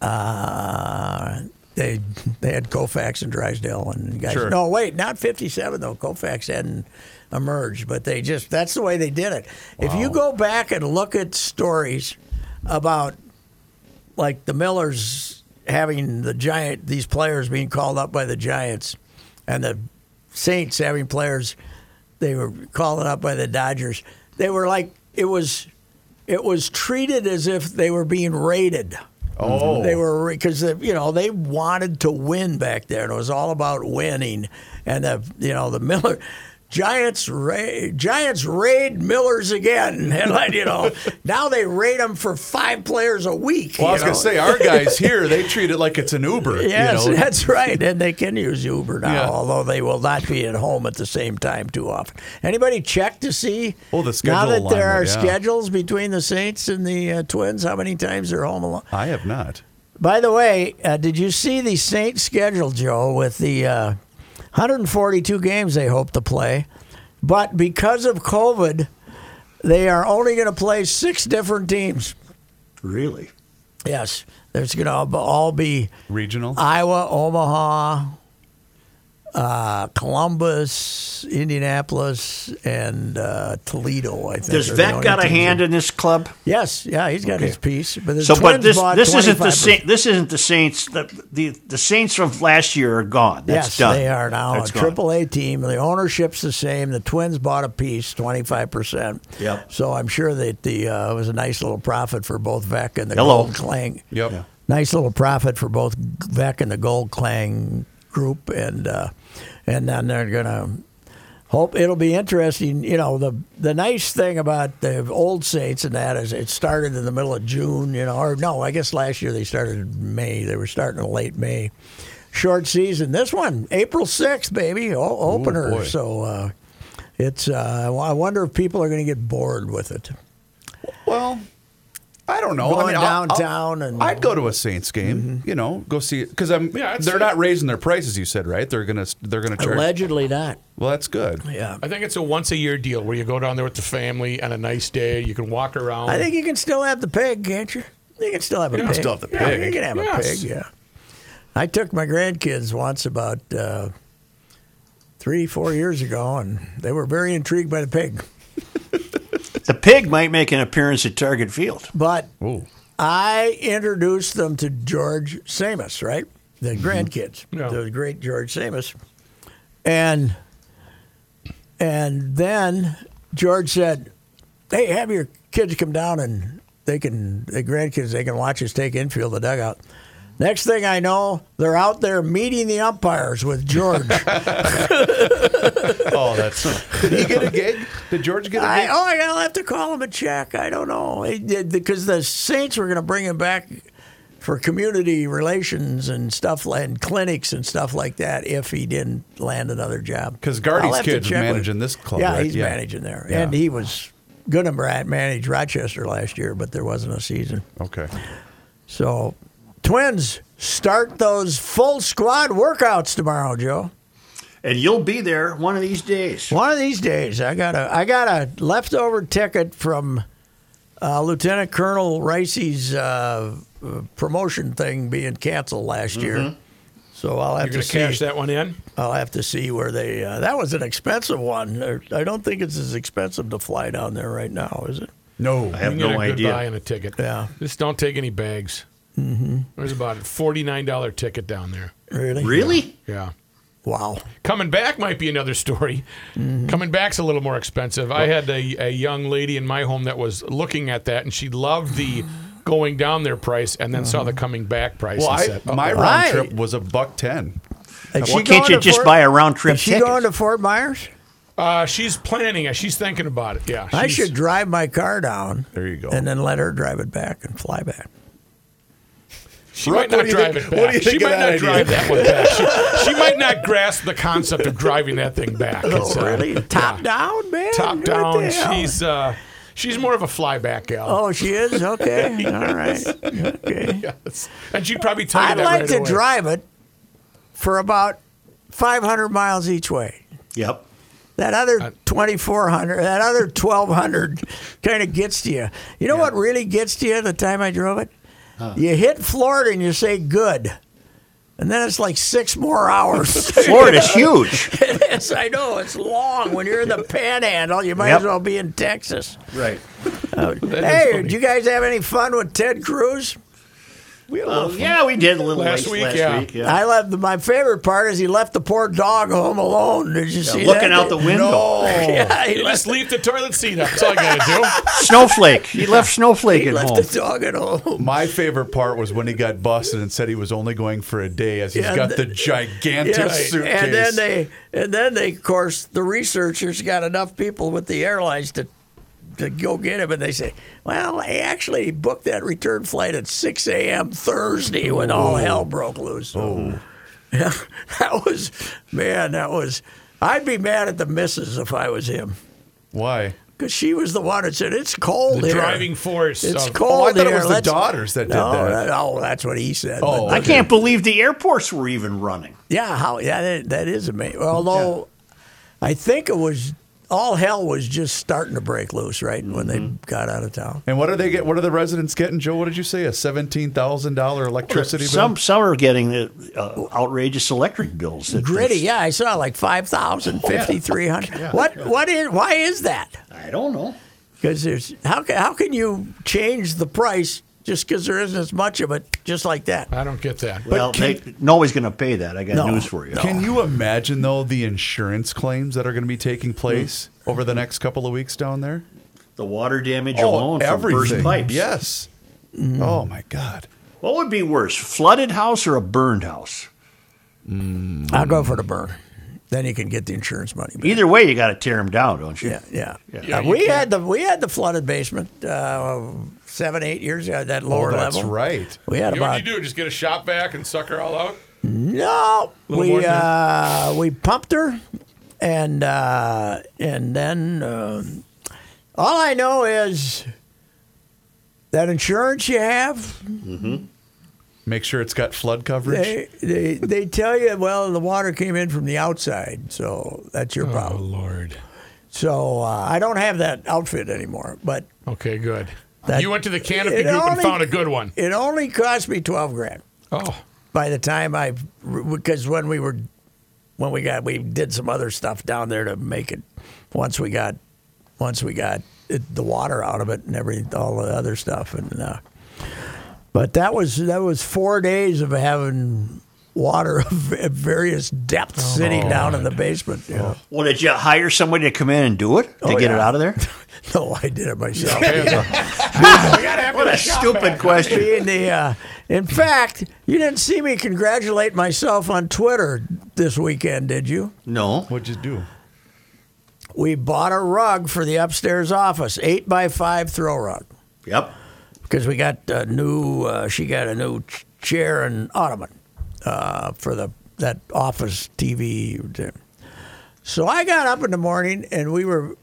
Speaker 2: Uh, they they had Koufax and Drysdale and guys.
Speaker 4: Sure.
Speaker 2: No, wait, not 57 though. Koufax hadn't emerged, but they just that's the way they did it. If you go back and look at stories about like the Millers having the giant these players being called up by the Giants and the Saints having players they were calling up by the Dodgers. They were like it was it was treated as if they were being raided.
Speaker 4: Oh.
Speaker 2: They were because you know they wanted to win back there, and it was all about winning. And the you know the Miller Giants raid Giants raid Millers again, *laughs* and like you know now they raid them for five players a week.
Speaker 4: Well, I
Speaker 2: you
Speaker 4: was gonna
Speaker 2: know.
Speaker 4: say *laughs* our guys here they treat it like it's an Uber.
Speaker 2: Yes,
Speaker 4: you know?
Speaker 2: that's right, and they can use Uber now,
Speaker 4: Yeah.
Speaker 2: although they will not be at home at the same time too often. Anybody check to see?
Speaker 4: Oh, the
Speaker 2: Now
Speaker 4: schedule
Speaker 2: that there are
Speaker 4: alignment, yeah.
Speaker 2: schedules between the Saints and the uh, Twins, how many times they're home alone?
Speaker 4: I have not.
Speaker 2: By the way, uh, did you see the Saints schedule, Joe, with the uh, 142 games they hope to play? But because of COVID, they are only going to play six different teams.
Speaker 3: Really?
Speaker 2: Yes, there's going to all be
Speaker 4: Regional.
Speaker 2: Iowa, Omaha, uh, Columbus, Indianapolis, and uh, Toledo. I think
Speaker 3: Does
Speaker 2: are the
Speaker 3: Vec
Speaker 2: only
Speaker 3: got a
Speaker 2: teams
Speaker 3: hand in this club?
Speaker 2: Yes, yeah, he's got his piece. But the
Speaker 3: So, but
Speaker 2: Twins
Speaker 3: this
Speaker 2: bought
Speaker 3: this isn't the
Speaker 2: 25%.
Speaker 3: Sa- this isn't the Saints. The, the the Saints from last year are gone. That's
Speaker 2: yes,
Speaker 3: done.
Speaker 2: they are now
Speaker 3: That's
Speaker 2: a
Speaker 3: gone.
Speaker 2: triple A team. The ownership's the same. The Twins bought a piece, twenty five percent.
Speaker 3: Yep.
Speaker 2: So I'm sure that the uh, it was a nice little profit for both Vec and the
Speaker 3: Hello.
Speaker 2: Gold Clang.
Speaker 4: Yep.
Speaker 2: Nice little profit for both Vec and the Gold Clang group, and uh, and then they're gonna hope it'll be interesting. You know, the the nice thing about the old Saints and that is it started in the middle of June. You know, or no, I guess last year they started in May. They were starting in late May. Short season. This one, April sixth, baby, o- opener.
Speaker 4: boy.
Speaker 2: so uh, it's. Uh, I wonder if people are going to get bored with it.
Speaker 4: Well, I don't know.
Speaker 2: Going
Speaker 4: I mean, I'll- I'll-
Speaker 2: downtown and- Mm-hmm.
Speaker 4: I'd go to a Saints game. You know, go see it because I'm.
Speaker 5: Yeah, I'd
Speaker 4: they're
Speaker 5: say-
Speaker 4: not raising their prices. You said right? They're gonna they're gonna charge.
Speaker 2: Allegedly not.
Speaker 4: Well, that's good.
Speaker 2: Yeah.
Speaker 5: I think it's a once a year deal where you go down there with the family on a nice day. You can walk around.
Speaker 2: I think you can still have the pig, can't you? You can still have a
Speaker 5: You
Speaker 2: pig.
Speaker 5: can still have the
Speaker 2: Yeah,
Speaker 5: pig.
Speaker 2: you can have a
Speaker 5: Yes.
Speaker 2: pig. Yeah. I took my grandkids once about uh, three, four years ago, and they were very intrigued by the pig.
Speaker 3: The pig might make an appearance at Target Field.
Speaker 2: But
Speaker 4: Ooh.
Speaker 2: I introduced them to George Samus, right? The grandkids,
Speaker 5: Yeah.
Speaker 2: the great George Samus, and and then George said, "Hey, have your kids come down and they can the grandkids they can watch us take infield the dugout." Next thing I know, they're out there meeting the umpires with George.
Speaker 4: Oh, that's. Did he get a gig? Did George get a
Speaker 2: I,
Speaker 4: gig?
Speaker 2: oh, I'll have to call him and check. I don't know. He did because the Saints were going to bring him back for community relations and stuff like- and clinics and stuff like that if he didn't land another job.
Speaker 4: 'Cause Gardy's
Speaker 2: I'll have to
Speaker 4: kid's
Speaker 2: check with-
Speaker 4: managing this club,
Speaker 2: Yeah,
Speaker 4: right?
Speaker 2: he's
Speaker 4: Yeah.
Speaker 2: managing there,
Speaker 4: Yeah.
Speaker 2: and he was going to manage Rochester last year, but there wasn't a season.
Speaker 4: Okay.
Speaker 2: So, Twins start those full squad workouts tomorrow, Joe.
Speaker 3: And you'll be there one of these days.
Speaker 2: One of these days, I got a I got a leftover ticket from uh, Lieutenant Colonel Ricey's uh, uh, promotion thing being canceled last year.
Speaker 3: Mm-hmm.
Speaker 2: So I'll have
Speaker 5: You're going
Speaker 2: to
Speaker 5: to
Speaker 2: see.
Speaker 5: cash that one in.
Speaker 2: I'll have to see where they. Uh, that was an expensive one. Uh, I don't think it's as expensive to fly down there right now, is it?
Speaker 4: No.
Speaker 3: I have
Speaker 5: You can
Speaker 3: no
Speaker 5: get a
Speaker 3: idea.
Speaker 5: Goodbye and a ticket.
Speaker 2: Yeah.
Speaker 5: Just don't take any bags. Mm-hmm. There's about a forty-nine dollar ticket down there.
Speaker 2: Really?
Speaker 3: Really?
Speaker 5: Yeah.
Speaker 2: Wow.
Speaker 5: Coming back might be another story.
Speaker 4: Mm-hmm.
Speaker 5: Coming back's a little more expensive. I had a, a young lady in my home that was looking at that, and she loved
Speaker 4: *gasps*
Speaker 5: the going down their price, and then saw the coming back price.
Speaker 4: Uh-huh. Well,
Speaker 5: and
Speaker 4: I,
Speaker 5: said,
Speaker 4: my round
Speaker 2: Why?
Speaker 4: trip was a buck ten.
Speaker 2: Is she
Speaker 3: Why can't
Speaker 2: going
Speaker 3: you
Speaker 2: to
Speaker 3: just
Speaker 2: Fort-
Speaker 3: buy a round trip
Speaker 2: Is she
Speaker 3: ticket?
Speaker 2: going to Fort Myers?
Speaker 5: uh, she's planning it. She's thinking about it. Yeah.
Speaker 2: I
Speaker 5: she's-
Speaker 2: should drive my car down.
Speaker 4: There you go.
Speaker 2: And then let her drive it back and fly back.
Speaker 5: She
Speaker 4: Brooke,
Speaker 5: might not
Speaker 4: what do you
Speaker 5: drive
Speaker 4: think-
Speaker 5: it back.
Speaker 4: what do you
Speaker 5: she
Speaker 4: think of
Speaker 5: might not
Speaker 4: that idea?
Speaker 5: drive that one back.
Speaker 4: *laughs*
Speaker 5: She, she might not grasp the concept of driving that thing back.
Speaker 4: Oh,
Speaker 5: It's, uh,
Speaker 2: Oh, Top down, man.
Speaker 5: Top
Speaker 2: What the
Speaker 5: down.
Speaker 2: hell?
Speaker 5: She's uh, she's more of a flyback gal.
Speaker 2: Oh, she is
Speaker 5: *laughs*
Speaker 2: okay. All right. Okay.
Speaker 5: And she'd probably tell you
Speaker 2: I'd
Speaker 5: that
Speaker 2: like
Speaker 5: right
Speaker 2: to
Speaker 5: away.
Speaker 2: drive it for about 500 miles each way.
Speaker 3: Yep.
Speaker 2: That
Speaker 5: Uh,
Speaker 2: other 2,400, that other 1,200 kind of gets to you. You know what really gets to you the time I drove it? You hit Florida and you say good. And then it's like six more
Speaker 5: *laughs*
Speaker 2: hours.
Speaker 3: Florida's huge.
Speaker 2: *laughs* it is. I know. It's long. When you're in
Speaker 3: *laughs*
Speaker 2: the panhandle, you might
Speaker 3: Yep.
Speaker 2: as well be in Texas. Uh,
Speaker 3: Right. *laughs*
Speaker 2: Hey, do you guys have any fun with Ted Cruz?
Speaker 3: Uh, yeah, we did a little
Speaker 5: Last
Speaker 3: late
Speaker 5: week,
Speaker 3: last
Speaker 5: yeah.
Speaker 2: *laughs*
Speaker 3: week. Yeah.
Speaker 2: I left. My favorite part is he left the poor dog home alone. Did you see
Speaker 3: looking
Speaker 2: that?
Speaker 3: out the window. *laughs*
Speaker 2: No. yeah, he
Speaker 5: You
Speaker 2: left,
Speaker 5: just leave the toilet seat up. That's all you gotta do.
Speaker 3: Snowflake. He left Snowflake
Speaker 2: he
Speaker 3: at
Speaker 2: left
Speaker 3: home.
Speaker 2: the dog at home.
Speaker 4: My favorite part was when he got busted and said he was only going for a day as he's
Speaker 2: Yeah,
Speaker 4: got
Speaker 2: the-
Speaker 4: the gigantic
Speaker 2: Yes.
Speaker 4: suitcase.
Speaker 2: And then they, and then they, of course, the researchers got enough people with the airlines to. To go get him, and they say, "Well, I actually booked that return flight at 6 a.m. Thursday when
Speaker 4: Oh.
Speaker 2: all hell broke loose." Oh, *laughs* yeah, that was, man, that was. I'd be mad at the missus if I was him.
Speaker 4: Why?
Speaker 2: Because she was the one that said, it's cold
Speaker 5: The
Speaker 2: here.
Speaker 5: driving force.
Speaker 2: It's
Speaker 5: of,
Speaker 2: cold
Speaker 4: Oh, I thought
Speaker 2: here.
Speaker 4: it was the
Speaker 2: Let's-
Speaker 4: daughters that did
Speaker 2: No,
Speaker 4: that.
Speaker 2: that- oh, that's what he said.
Speaker 4: Oh,
Speaker 2: But-
Speaker 3: I can't believe the airports were even running.
Speaker 2: yeah, how, yeah that, that is amazing. Although, I think it was, all hell was just starting to break loose, right, when they got out of town.
Speaker 4: And what are they get? What are the residents getting, Joe? What did you say? A seventeen thousand dollar electricity bill.
Speaker 3: Some some are getting uh, uh, outrageous electric bills. that-
Speaker 2: Gritty, yeah, I saw like 5,000, 5,300. What, what is, why is that?
Speaker 3: I don't know.
Speaker 2: Because there's, how can, how can you change the price just because there isn't as much of it, just like that?
Speaker 5: I don't get that.
Speaker 3: Well, they, no one's going to pay that. I got
Speaker 2: No.
Speaker 3: news for you.
Speaker 4: Can you imagine though the insurance claims that are going to be taking place over the next couple of weeks down there?
Speaker 3: The water damage
Speaker 4: Oh,
Speaker 3: alone from burst
Speaker 4: everything.
Speaker 3: pipes.
Speaker 4: Yes.
Speaker 2: Mm-hmm.
Speaker 4: Oh my God.
Speaker 3: What would be worse, flooded house or a burned house?
Speaker 2: I'll go for the burn. Then you can get the insurance money. back.
Speaker 3: Either way, you got to tear them down, don't you?
Speaker 2: Yeah, yeah.
Speaker 3: Yeah,
Speaker 2: Uh,
Speaker 5: you
Speaker 2: we
Speaker 5: can't-
Speaker 2: had the we had the flooded basement uh, seven eight years ago. That lower
Speaker 4: Oh, that's
Speaker 2: level,
Speaker 4: right.
Speaker 2: We had
Speaker 5: You know what
Speaker 2: about
Speaker 5: you do? Just get a shop back and suck her all out?
Speaker 2: no.
Speaker 5: Little more
Speaker 2: We
Speaker 5: than-
Speaker 2: uh, we pumped her, and uh, and then um all I know is that insurance you have,
Speaker 4: Make sure it's got flood coverage.
Speaker 2: they they they tell you well the water came in from the outside, so that's
Speaker 5: Oh.
Speaker 2: your problem.
Speaker 5: Lord.
Speaker 2: So uh, I don't have that outfit anymore, but
Speaker 5: Okay, good.
Speaker 2: That-
Speaker 5: you went to the canopy
Speaker 2: It
Speaker 5: group and
Speaker 2: only-
Speaker 5: found a good one.
Speaker 2: It only cost me twelve grand.
Speaker 5: Oh.
Speaker 2: By the time I, because when we were, when we got, we did some other stuff down there to make it. Once we got, once we got it, the water out of it and every all the other stuff and. Uh, but that was that was four days of having water of various depths sitting down in the basement. you know.
Speaker 3: Well, did you hire somebody to come in and do it to
Speaker 2: Oh,
Speaker 3: get it
Speaker 2: yeah.
Speaker 3: out of there?
Speaker 2: No, I did it myself. *laughs*
Speaker 3: what a stupid question.
Speaker 2: being the, uh, in fact, you didn't see me congratulate myself on Twitter this weekend, did you?
Speaker 3: No.
Speaker 4: What'd you do?
Speaker 2: We bought a rug for the upstairs office, eight by five throw rug,
Speaker 3: Yep.
Speaker 2: because we got a new. Uh, she got a new ch- chair and ottoman uh, for the that office TV. So I got up in the morning and we were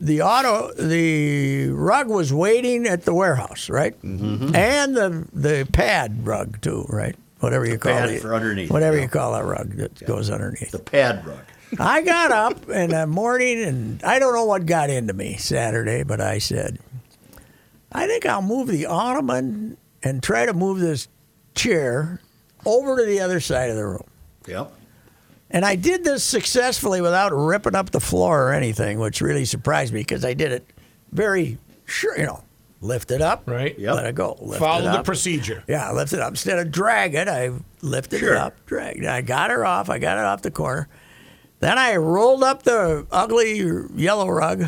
Speaker 2: the auto the rug was waiting at the warehouse, right?
Speaker 3: Mm-hmm.
Speaker 2: And the the pad rug too, right? Whatever you call
Speaker 3: pad
Speaker 2: it,
Speaker 3: for underneath,
Speaker 2: whatever
Speaker 3: yeah.
Speaker 2: you call that rug that goes underneath.
Speaker 3: The pad rug.
Speaker 2: I got up in the morning and I don't know what got into me Saturday, but I said, I think I'll move the ottoman and try to move this chair over to the other side of the room.
Speaker 3: Yep.
Speaker 2: And I did this successfully without ripping up the floor or anything, which really surprised me because I did it very sure, you know, lift it up,
Speaker 5: Right.
Speaker 3: Yep.
Speaker 2: let it go. lift it
Speaker 5: Follow the
Speaker 2: up.
Speaker 5: procedure.
Speaker 2: Yeah, I lifted it up. Instead of drag it, I lifted
Speaker 3: Sure.
Speaker 2: it up, dragged it. I got her off. I got it off the corner. Then I rolled up the ugly yellow rug.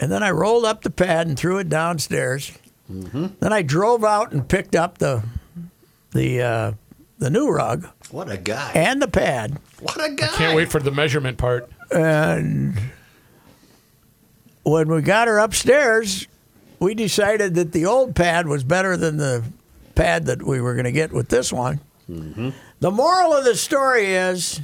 Speaker 2: And then I rolled up the pad and threw it downstairs. Then I drove out and picked up the the uh, the new rug
Speaker 3: What a guy.
Speaker 2: and the pad.
Speaker 3: What a guy.
Speaker 5: Can't wait for the measurement part.
Speaker 2: And when we got her upstairs, we decided that the old pad was better than the pad that we were going to get with this one. The moral of the story is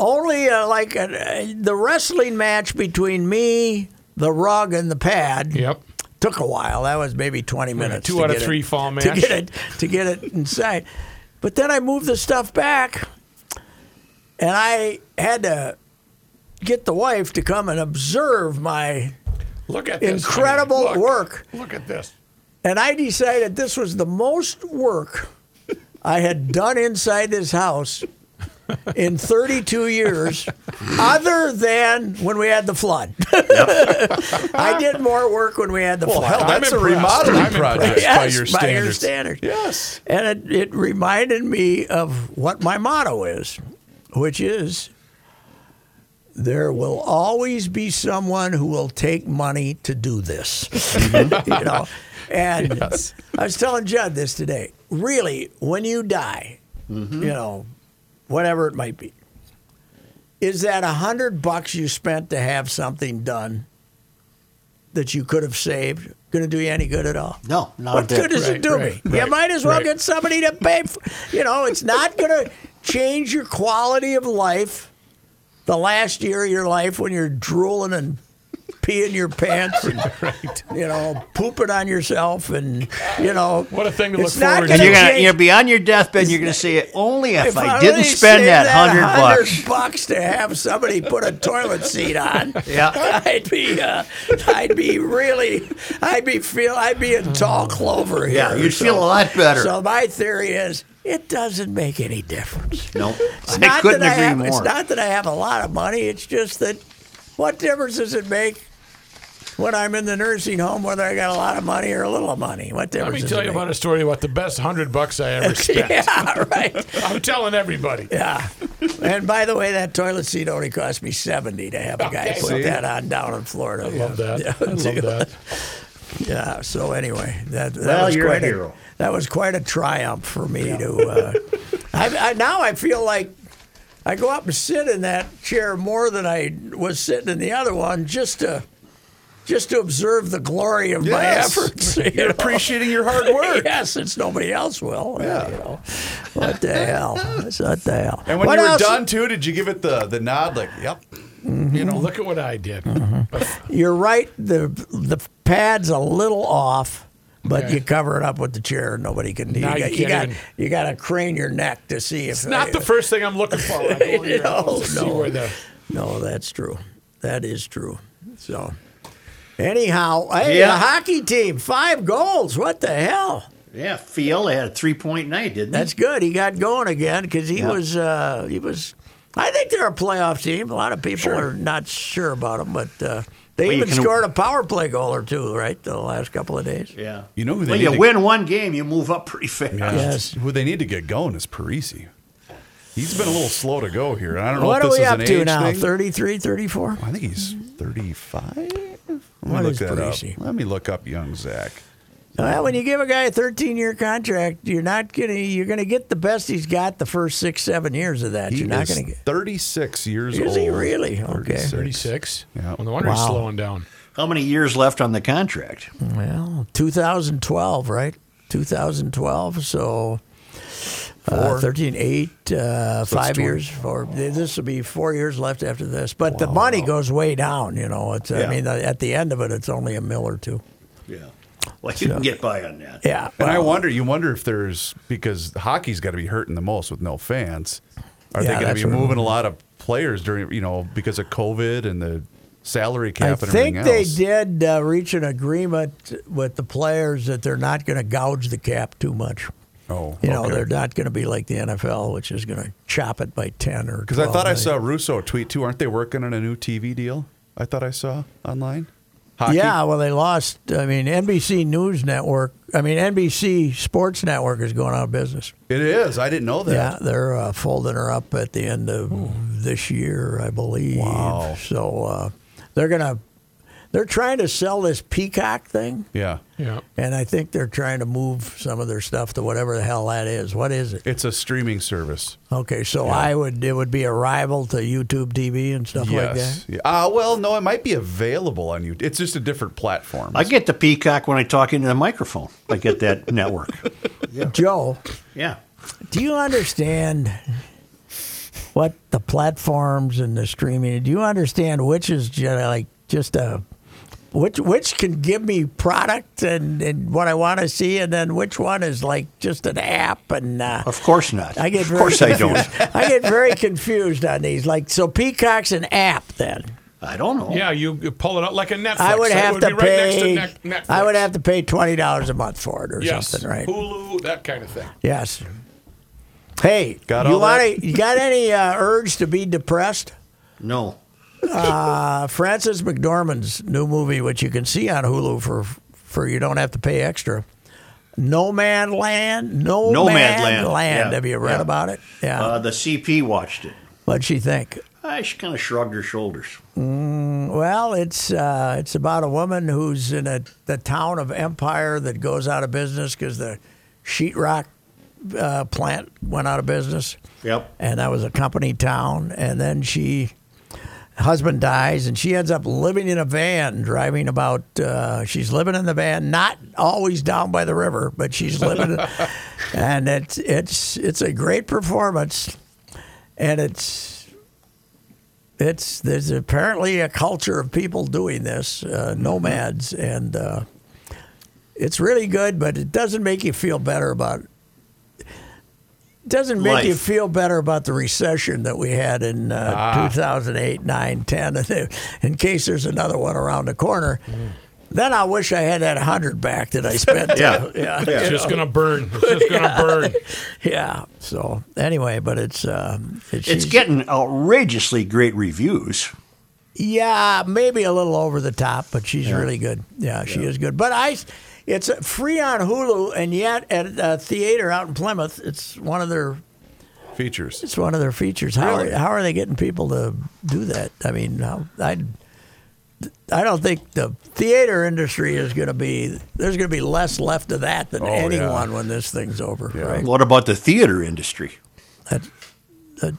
Speaker 2: only uh, like uh, the wrestling match between me, the rug, and the pad
Speaker 5: Yep.
Speaker 2: took a while. That was maybe twenty minutes.
Speaker 5: two
Speaker 2: to
Speaker 5: out of
Speaker 2: get
Speaker 5: three
Speaker 2: it,
Speaker 5: fall
Speaker 2: to
Speaker 5: match.
Speaker 2: get it to get it inside. But then I moved the stuff back, and I had to get the wife to come and observe my
Speaker 5: Look at this.
Speaker 2: incredible
Speaker 5: I mean, look,
Speaker 2: work.
Speaker 5: Look at this.
Speaker 2: And I decided this was the most work I had done inside this house in 32 years, other than when we had the flood. *laughs* I did more work when we had the flood.
Speaker 4: hell, that's a remodeling project by
Speaker 2: by
Speaker 4: your
Speaker 2: your
Speaker 4: standards.
Speaker 2: standards.
Speaker 4: Yes.
Speaker 2: And it, it reminded me of what my motto is, which is there will always be someone who will take money to do this. *laughs* you know. And I was telling Judd this today. Really, when you die, you know, whatever it might be, is that a hundred bucks you spent to have something done that you could have saved going to do you any good at all?
Speaker 3: No, not
Speaker 2: What
Speaker 3: a bit.
Speaker 2: good does it do
Speaker 5: right,
Speaker 2: me?
Speaker 5: right,
Speaker 2: you might as well
Speaker 5: right.
Speaker 2: get somebody to pay for. You know, it's not going to change your quality of life. The last year of your life when you're drooling and peeing your pants
Speaker 5: *laughs*
Speaker 2: and you know pooping on yourself and you know
Speaker 5: What a thing to
Speaker 2: it's
Speaker 5: look
Speaker 2: not
Speaker 5: forward
Speaker 2: gonna
Speaker 3: And
Speaker 5: to.
Speaker 3: you're gonna
Speaker 2: change-
Speaker 3: you're beyond your deathbed. You're gonna say only if, I, didn't
Speaker 2: only
Speaker 3: spend
Speaker 2: saved
Speaker 3: that hundred bucks.
Speaker 2: *laughs* $100 to have somebody put a toilet seat on,
Speaker 3: *laughs* Yeah.
Speaker 2: I'd be, uh, I'd be really, I'd be feel, I'd be in tall clover here.
Speaker 3: Yeah, you'd
Speaker 2: So-
Speaker 3: feel a lot better.
Speaker 2: So my theory is, it doesn't make any difference.
Speaker 3: no,
Speaker 2: It's
Speaker 3: I
Speaker 2: not
Speaker 3: couldn't
Speaker 2: that
Speaker 3: agree
Speaker 2: I have,
Speaker 3: more.
Speaker 2: It's not that I have a lot of money. It's just that, what difference does it make? When I'm in the nursing home, whether I got a lot of money or a little money, what
Speaker 5: Let
Speaker 2: difference?
Speaker 5: me
Speaker 2: does
Speaker 5: tell
Speaker 2: it
Speaker 5: you
Speaker 2: make?
Speaker 5: about a story about the best hundred bucks
Speaker 2: *laughs*
Speaker 5: I ever spent.
Speaker 2: Yeah, right.
Speaker 5: I'm telling everybody.
Speaker 2: Yeah. Ah. And by the way, that toilet seat only cost me seventy to have a guy
Speaker 5: Okay.
Speaker 2: put
Speaker 5: See?
Speaker 2: that on down in Florida.
Speaker 5: I love that.
Speaker 2: *laughs* Yeah,
Speaker 5: I love
Speaker 2: too.
Speaker 5: that.
Speaker 2: Yeah. So anyway, that, that
Speaker 3: Well,
Speaker 2: was
Speaker 3: you're a
Speaker 2: quite
Speaker 3: hero.
Speaker 2: that was quite a triumph for me to. Uh, *laughs* I, I now I feel like I go up and sit in that chair more than I was sitting in the other one just to just to observe the glory of my
Speaker 4: Yes. *laughs*
Speaker 2: efforts. you
Speaker 4: You're
Speaker 2: know?
Speaker 4: appreciating your hard
Speaker 2: *laughs*
Speaker 4: work.
Speaker 2: Yeah, since nobody else will. Yeah. You know. What the hell? What the hell?
Speaker 4: And when
Speaker 2: What
Speaker 4: you were
Speaker 2: else?
Speaker 4: done too, did you give it the the nod like, "Yep,
Speaker 5: You know, look at what I did.
Speaker 2: Uh-huh. You're right. The the pad's a little off, but
Speaker 5: Okay.
Speaker 2: you cover it up with the chair. Nobody can.
Speaker 5: Now you
Speaker 2: got,
Speaker 5: can't
Speaker 2: got
Speaker 5: even-
Speaker 2: you got to crane your neck to see if
Speaker 5: It's not the first thing I'm
Speaker 2: *laughs*
Speaker 5: looking for. I go in your
Speaker 2: No,
Speaker 5: house to see
Speaker 2: no.
Speaker 5: where the-
Speaker 2: No, that's true. That is true. So, anyhow, hey,
Speaker 3: Yeah.
Speaker 2: the hockey team five goals. What the hell?
Speaker 3: yeah, Fiala had a three point night, didn't
Speaker 2: That's good. He got going again because he
Speaker 3: Yeah.
Speaker 2: was uh, he was. I think they're a playoff team. A lot of people are not sure about them, but uh, they
Speaker 3: Well, you
Speaker 2: even
Speaker 3: can-
Speaker 2: scored a power play goal or two, right? The last couple of days.
Speaker 3: he? Yeah.
Speaker 4: You know who they
Speaker 3: When
Speaker 4: need
Speaker 3: you
Speaker 4: to-
Speaker 3: win one game, you move up pretty fast.
Speaker 2: Yes.
Speaker 4: who they need to get going is Parisi. He's been a little slow to go here. I don't know
Speaker 2: What
Speaker 4: if
Speaker 2: are
Speaker 4: this
Speaker 2: we
Speaker 4: is
Speaker 2: up
Speaker 4: an
Speaker 2: to
Speaker 4: age
Speaker 2: now?
Speaker 4: thing.
Speaker 2: 33, 34?
Speaker 4: I think he's 35. Let me
Speaker 2: What
Speaker 4: look
Speaker 2: Mm-hmm. is
Speaker 4: that
Speaker 2: Parisi?
Speaker 4: up. Let me look up young Zach.
Speaker 2: Well, when you give a guy a 13 year contract, you're not going to you're going to get the best he's got the first 6 7 years of that.
Speaker 4: He
Speaker 2: you're not
Speaker 4: is
Speaker 2: going to get
Speaker 4: 36 years old.
Speaker 2: Is he really? Okay.
Speaker 5: 36.
Speaker 4: Yeah.
Speaker 5: Well, no wonder he's
Speaker 2: Wow.
Speaker 5: slowing down.
Speaker 3: How many years left on the contract?
Speaker 2: Well, 2012, right? 2012. So Uh, 13, 8, uh, 5 years. Four, this will be four years left after this. But the money goes way down, you know. It's, I
Speaker 3: Yeah.
Speaker 2: mean, at the end of it, it's only a mill or two.
Speaker 3: Yeah. Well, you can get by on that.
Speaker 2: Yeah.
Speaker 4: And I
Speaker 2: well,
Speaker 4: wonder, you wonder if there's because hockey's got to be hurting the most with no fans. Are
Speaker 2: Yeah,
Speaker 4: they going
Speaker 2: that's
Speaker 4: to be
Speaker 2: what-
Speaker 4: moving a lot of players during you know because of COVID and the salary
Speaker 2: I
Speaker 4: cap and
Speaker 2: think
Speaker 4: everything
Speaker 2: they
Speaker 4: else?
Speaker 2: did uh, reach an agreement with the players that they're not going to gouge the cap too much.
Speaker 4: Oh,
Speaker 2: You know, they're not going to be like the NFL, which is going to chop it by 10 or
Speaker 4: because I thought I
Speaker 2: 12.
Speaker 4: saw Russo tweet too. Aren't they working on a new TV deal? I thought I saw online. Hockey?
Speaker 2: Yeah, well, they lost. I mean, NBC News Network, I mean, NBC Sports Network is going out of business.
Speaker 4: it is. I didn't know that.
Speaker 2: Yeah, they're uh, folding her up at the end of this year, I believe.
Speaker 4: Wow.
Speaker 2: So uh, they're going to, they're trying to sell this Peacock thing.
Speaker 4: Yeah.
Speaker 5: Yeah.
Speaker 2: And I think they're trying to move some of their stuff to whatever the hell that is. What is it?
Speaker 4: It's a streaming service.
Speaker 2: Okay, so I would it would be a rival to YouTube TV and stuff like that.
Speaker 4: yes. Yeah. Uh, well, no, it might be available on you. It's just a different platform.
Speaker 3: I get the peacock when I talk into the microphone. I get that *laughs* network.
Speaker 2: Joe,
Speaker 3: Yeah.
Speaker 2: do you understand what the platforms and the streaming? Do you understand which is just like just a which which can give me product and, and what I want to see, and then which one is like just an app and uh,
Speaker 3: Of course not.
Speaker 2: I get
Speaker 3: of
Speaker 2: very *laughs*
Speaker 3: course I don't.
Speaker 2: confused. I get very confused on these. Like so, Peacock's an app then.
Speaker 3: I don't know.
Speaker 5: Yeah, you, you pull it up like a Netflix.
Speaker 2: I would
Speaker 5: It
Speaker 2: have
Speaker 5: be
Speaker 2: to
Speaker 5: right next
Speaker 2: pay.
Speaker 5: to Net- Netflix.
Speaker 2: I would have to pay twenty dollars a month for it or
Speaker 5: yes.
Speaker 2: something, right?
Speaker 5: Hulu, that kind of thing.
Speaker 2: Yes. Hey,
Speaker 4: Got
Speaker 2: you
Speaker 4: all
Speaker 2: want
Speaker 4: that?
Speaker 2: to? You got any uh, urge to be depressed?
Speaker 3: No.
Speaker 2: Uh, Francis McDormand's new movie, which you can see on Hulu for for you don't have to pay extra. No Man Land. No,
Speaker 3: No Man
Speaker 2: Man
Speaker 3: Land. Yeah,
Speaker 2: Have you read
Speaker 3: yeah.
Speaker 2: about it? Yeah.
Speaker 3: Uh, the CP watched it.
Speaker 2: What'd she think?
Speaker 3: I, she kind of shrugged her shoulders.
Speaker 2: Well, it's uh, it's about a woman who's in a the town of Empire that goes out of business because the sheetrock uh, plant went out of business,
Speaker 3: Yep.
Speaker 2: and that was a company town. And then she husband dies, and she ends up living in a van, driving about. Uh, she's living in the van, not always down by the river, but she's living. and it's it's it's a great performance, and it's it's there's apparently a culture of people doing this, uh, nomads, and uh, it's really good, but it doesn't make you feel better about. It doesn't make you
Speaker 3: Life.
Speaker 2: feel better about the recession that we had in uh,
Speaker 3: Ah.
Speaker 2: 2008, 9, 10. and they- *laughs* In case there's another one around the corner, then I wish I had that 100 back that I spent.
Speaker 3: *laughs*
Speaker 2: uh,
Speaker 3: Yeah.
Speaker 2: yeah.
Speaker 5: It's just gonna burn. It's just gonna burn.
Speaker 2: *laughs* Yeah. So, anyway, but it's. Um, it's
Speaker 3: It's getting outrageously great reviews.
Speaker 2: Yeah, maybe a little over the top, but she's really good. Yeah, she is good. But I, it's free on Hulu, and yet at a theater out in Plymouth, it's one of their
Speaker 4: Features.
Speaker 2: it's one of their features. How are, how are they getting people to do that? I mean, how- I I don't think the theater industry is going to be there's going to be less left of that
Speaker 3: Oh,
Speaker 2: than
Speaker 4: yeah.
Speaker 2: anyone when this thing's over. Right?
Speaker 3: What about the theater industry?
Speaker 2: That-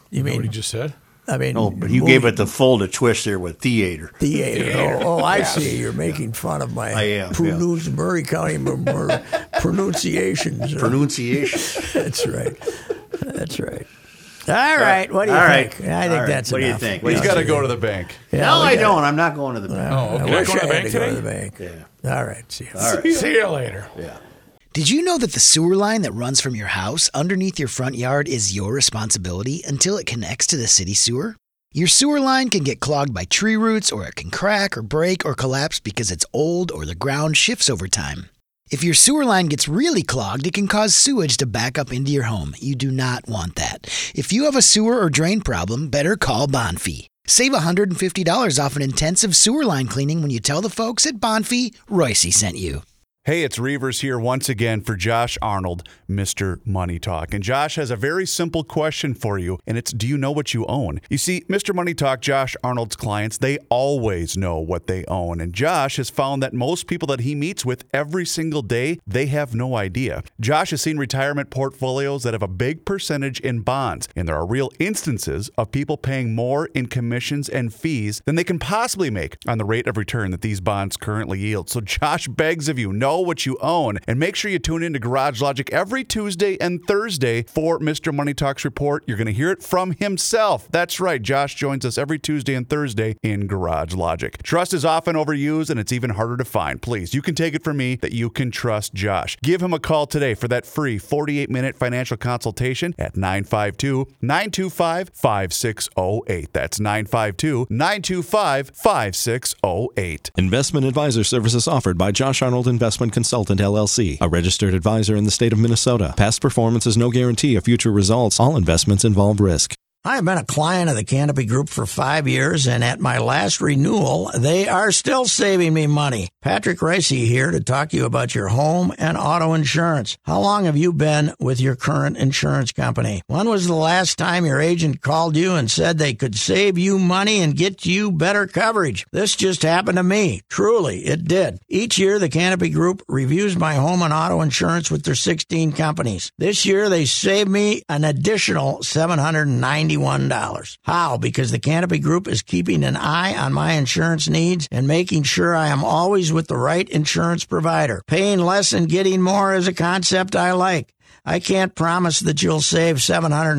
Speaker 2: you
Speaker 5: What
Speaker 2: mean?
Speaker 5: you just said?
Speaker 2: I mean,
Speaker 3: No, but you
Speaker 2: Mm, movie
Speaker 3: gave it the full to twist there with *laughs* theater.
Speaker 2: theater. Oh, oh, I see. You're making fun of my
Speaker 3: I am, yeah.
Speaker 2: pronunci- Murray County mer-
Speaker 3: *laughs*
Speaker 2: mer- pronunciations.
Speaker 3: Pronunciation.
Speaker 2: *laughs* That's right. That's right. All right. What do you
Speaker 3: All right.
Speaker 2: think? I think
Speaker 3: All right.
Speaker 2: that's
Speaker 3: What do you
Speaker 2: enough.
Speaker 3: think?
Speaker 4: He's
Speaker 3: Yeah.
Speaker 4: got to go to the bank.
Speaker 3: no,
Speaker 2: we
Speaker 3: I
Speaker 2: got-
Speaker 3: don't. I'm not going to the.
Speaker 4: Oh,
Speaker 2: I
Speaker 4: okay.
Speaker 2: wish
Speaker 5: Going to
Speaker 2: I had to
Speaker 5: the
Speaker 2: go
Speaker 5: bank
Speaker 2: to
Speaker 5: today?
Speaker 2: the bank. All right. See you.
Speaker 5: See you later.
Speaker 7: Did you know that the sewer line that runs from your house underneath your front yard is your responsibility until it connects to the city sewer? Your sewer line can get clogged by tree roots, or it can crack, or break, or collapse because it's old or the ground shifts over time. If your sewer line gets really clogged, it can cause sewage to back up into your home. You do not want that. If you have a sewer or drain problem, better call Bonfi. Save $150 off an intensive sewer line cleaning when you tell the folks at Bonfi Royce sent you.
Speaker 4: Hey, it's Reavers here once again for Josh Arnold, Mr. Money Talk. And Josh has a very simple question for you, and it's do you know what you own? You see, Mr. Money Talk, Josh Arnold's clients, they always know what they own. And Josh has found that most people that he meets with every single day, they have no idea. Josh has seen retirement portfolios that have a big percentage in bonds, and there are real instances of people paying more in commissions and fees than they can possibly make on the rate of return that these bonds currently yield. So Josh begs of you, no grow what you own. And make sure you tune in to Garage Logic every Tuesday and Thursday for Mr. Money Talks Report. You're going to hear it from himself. That's right. Josh joins us every Tuesday and Thursday in Garage Logic. Trust is often overused and it's even harder to find. Please, you can take it from me that you can trust Josh. Give him a call today for that free 48 minute financial consultation at 952 925 5608. That's 952 925 5608.
Speaker 8: Investment advisor services offered by Josh Arnold Investment Consultant LLC, a registered advisor in the state of Minnesota. Past performance is no guarantee of future results. All investments involve risk.
Speaker 2: I have been a client of the Canopy Group for five years, and at my last renewal, they are still saving me money. Patrick Ricey here to talk to you about your home and auto insurance. How long have you been with your current insurance company? When was the last time your agent called you and said they could save you money and get you better coverage? This just happened to me. Truly, it did. Each year, the Canopy Group reviews my home and auto insurance with their 16 companies. This year, they saved me an additional $790. $91. How? Because the Canopy Group is keeping an eye on my insurance needs and making sure I am always with the right insurance provider. Paying less and getting more is a concept I like. I can't promise that you'll save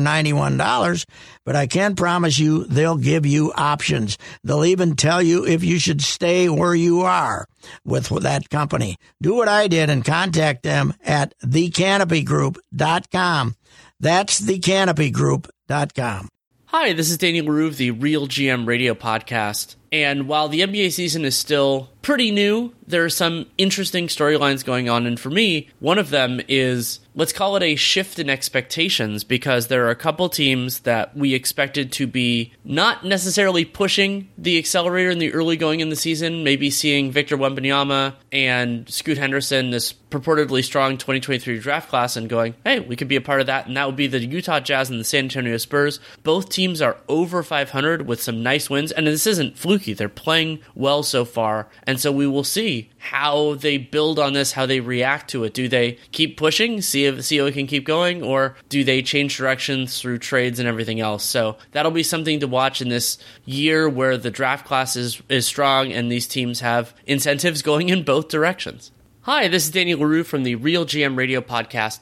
Speaker 2: $791, but I can promise you they'll give you options. They'll even tell you if you should stay where you are with that company. Do what I did and contact them at thecanopygroup.com. That's thecanopygroup.com.
Speaker 9: Hi, this is Danny LaRue of the Real GM Radio Podcast. And while the NBA season is still pretty new, there are some interesting storylines going on. And for me, one of them is let's call it a shift in expectations because there are a couple teams that we expected to be not necessarily pushing the accelerator in the early going in the season, maybe seeing Victor Wembanyama and Scoot Henderson, this purportedly strong 2023 draft class, and going, hey, we could be a part of that. And that would be the Utah Jazz and the San Antonio Spurs. Both teams are over 500 with some nice wins. And this isn't fluke. They're playing well so far, and so we will see how they build on this, how they react to it. Do they keep pushing, see if see if it can keep going, or do they change directions through trades and everything else? So that'll be something to watch in this year where the draft class is, is strong and these teams have incentives *laughs* going in both directions. Hi, this is Danny LaRue from the Real GM Radio Podcast.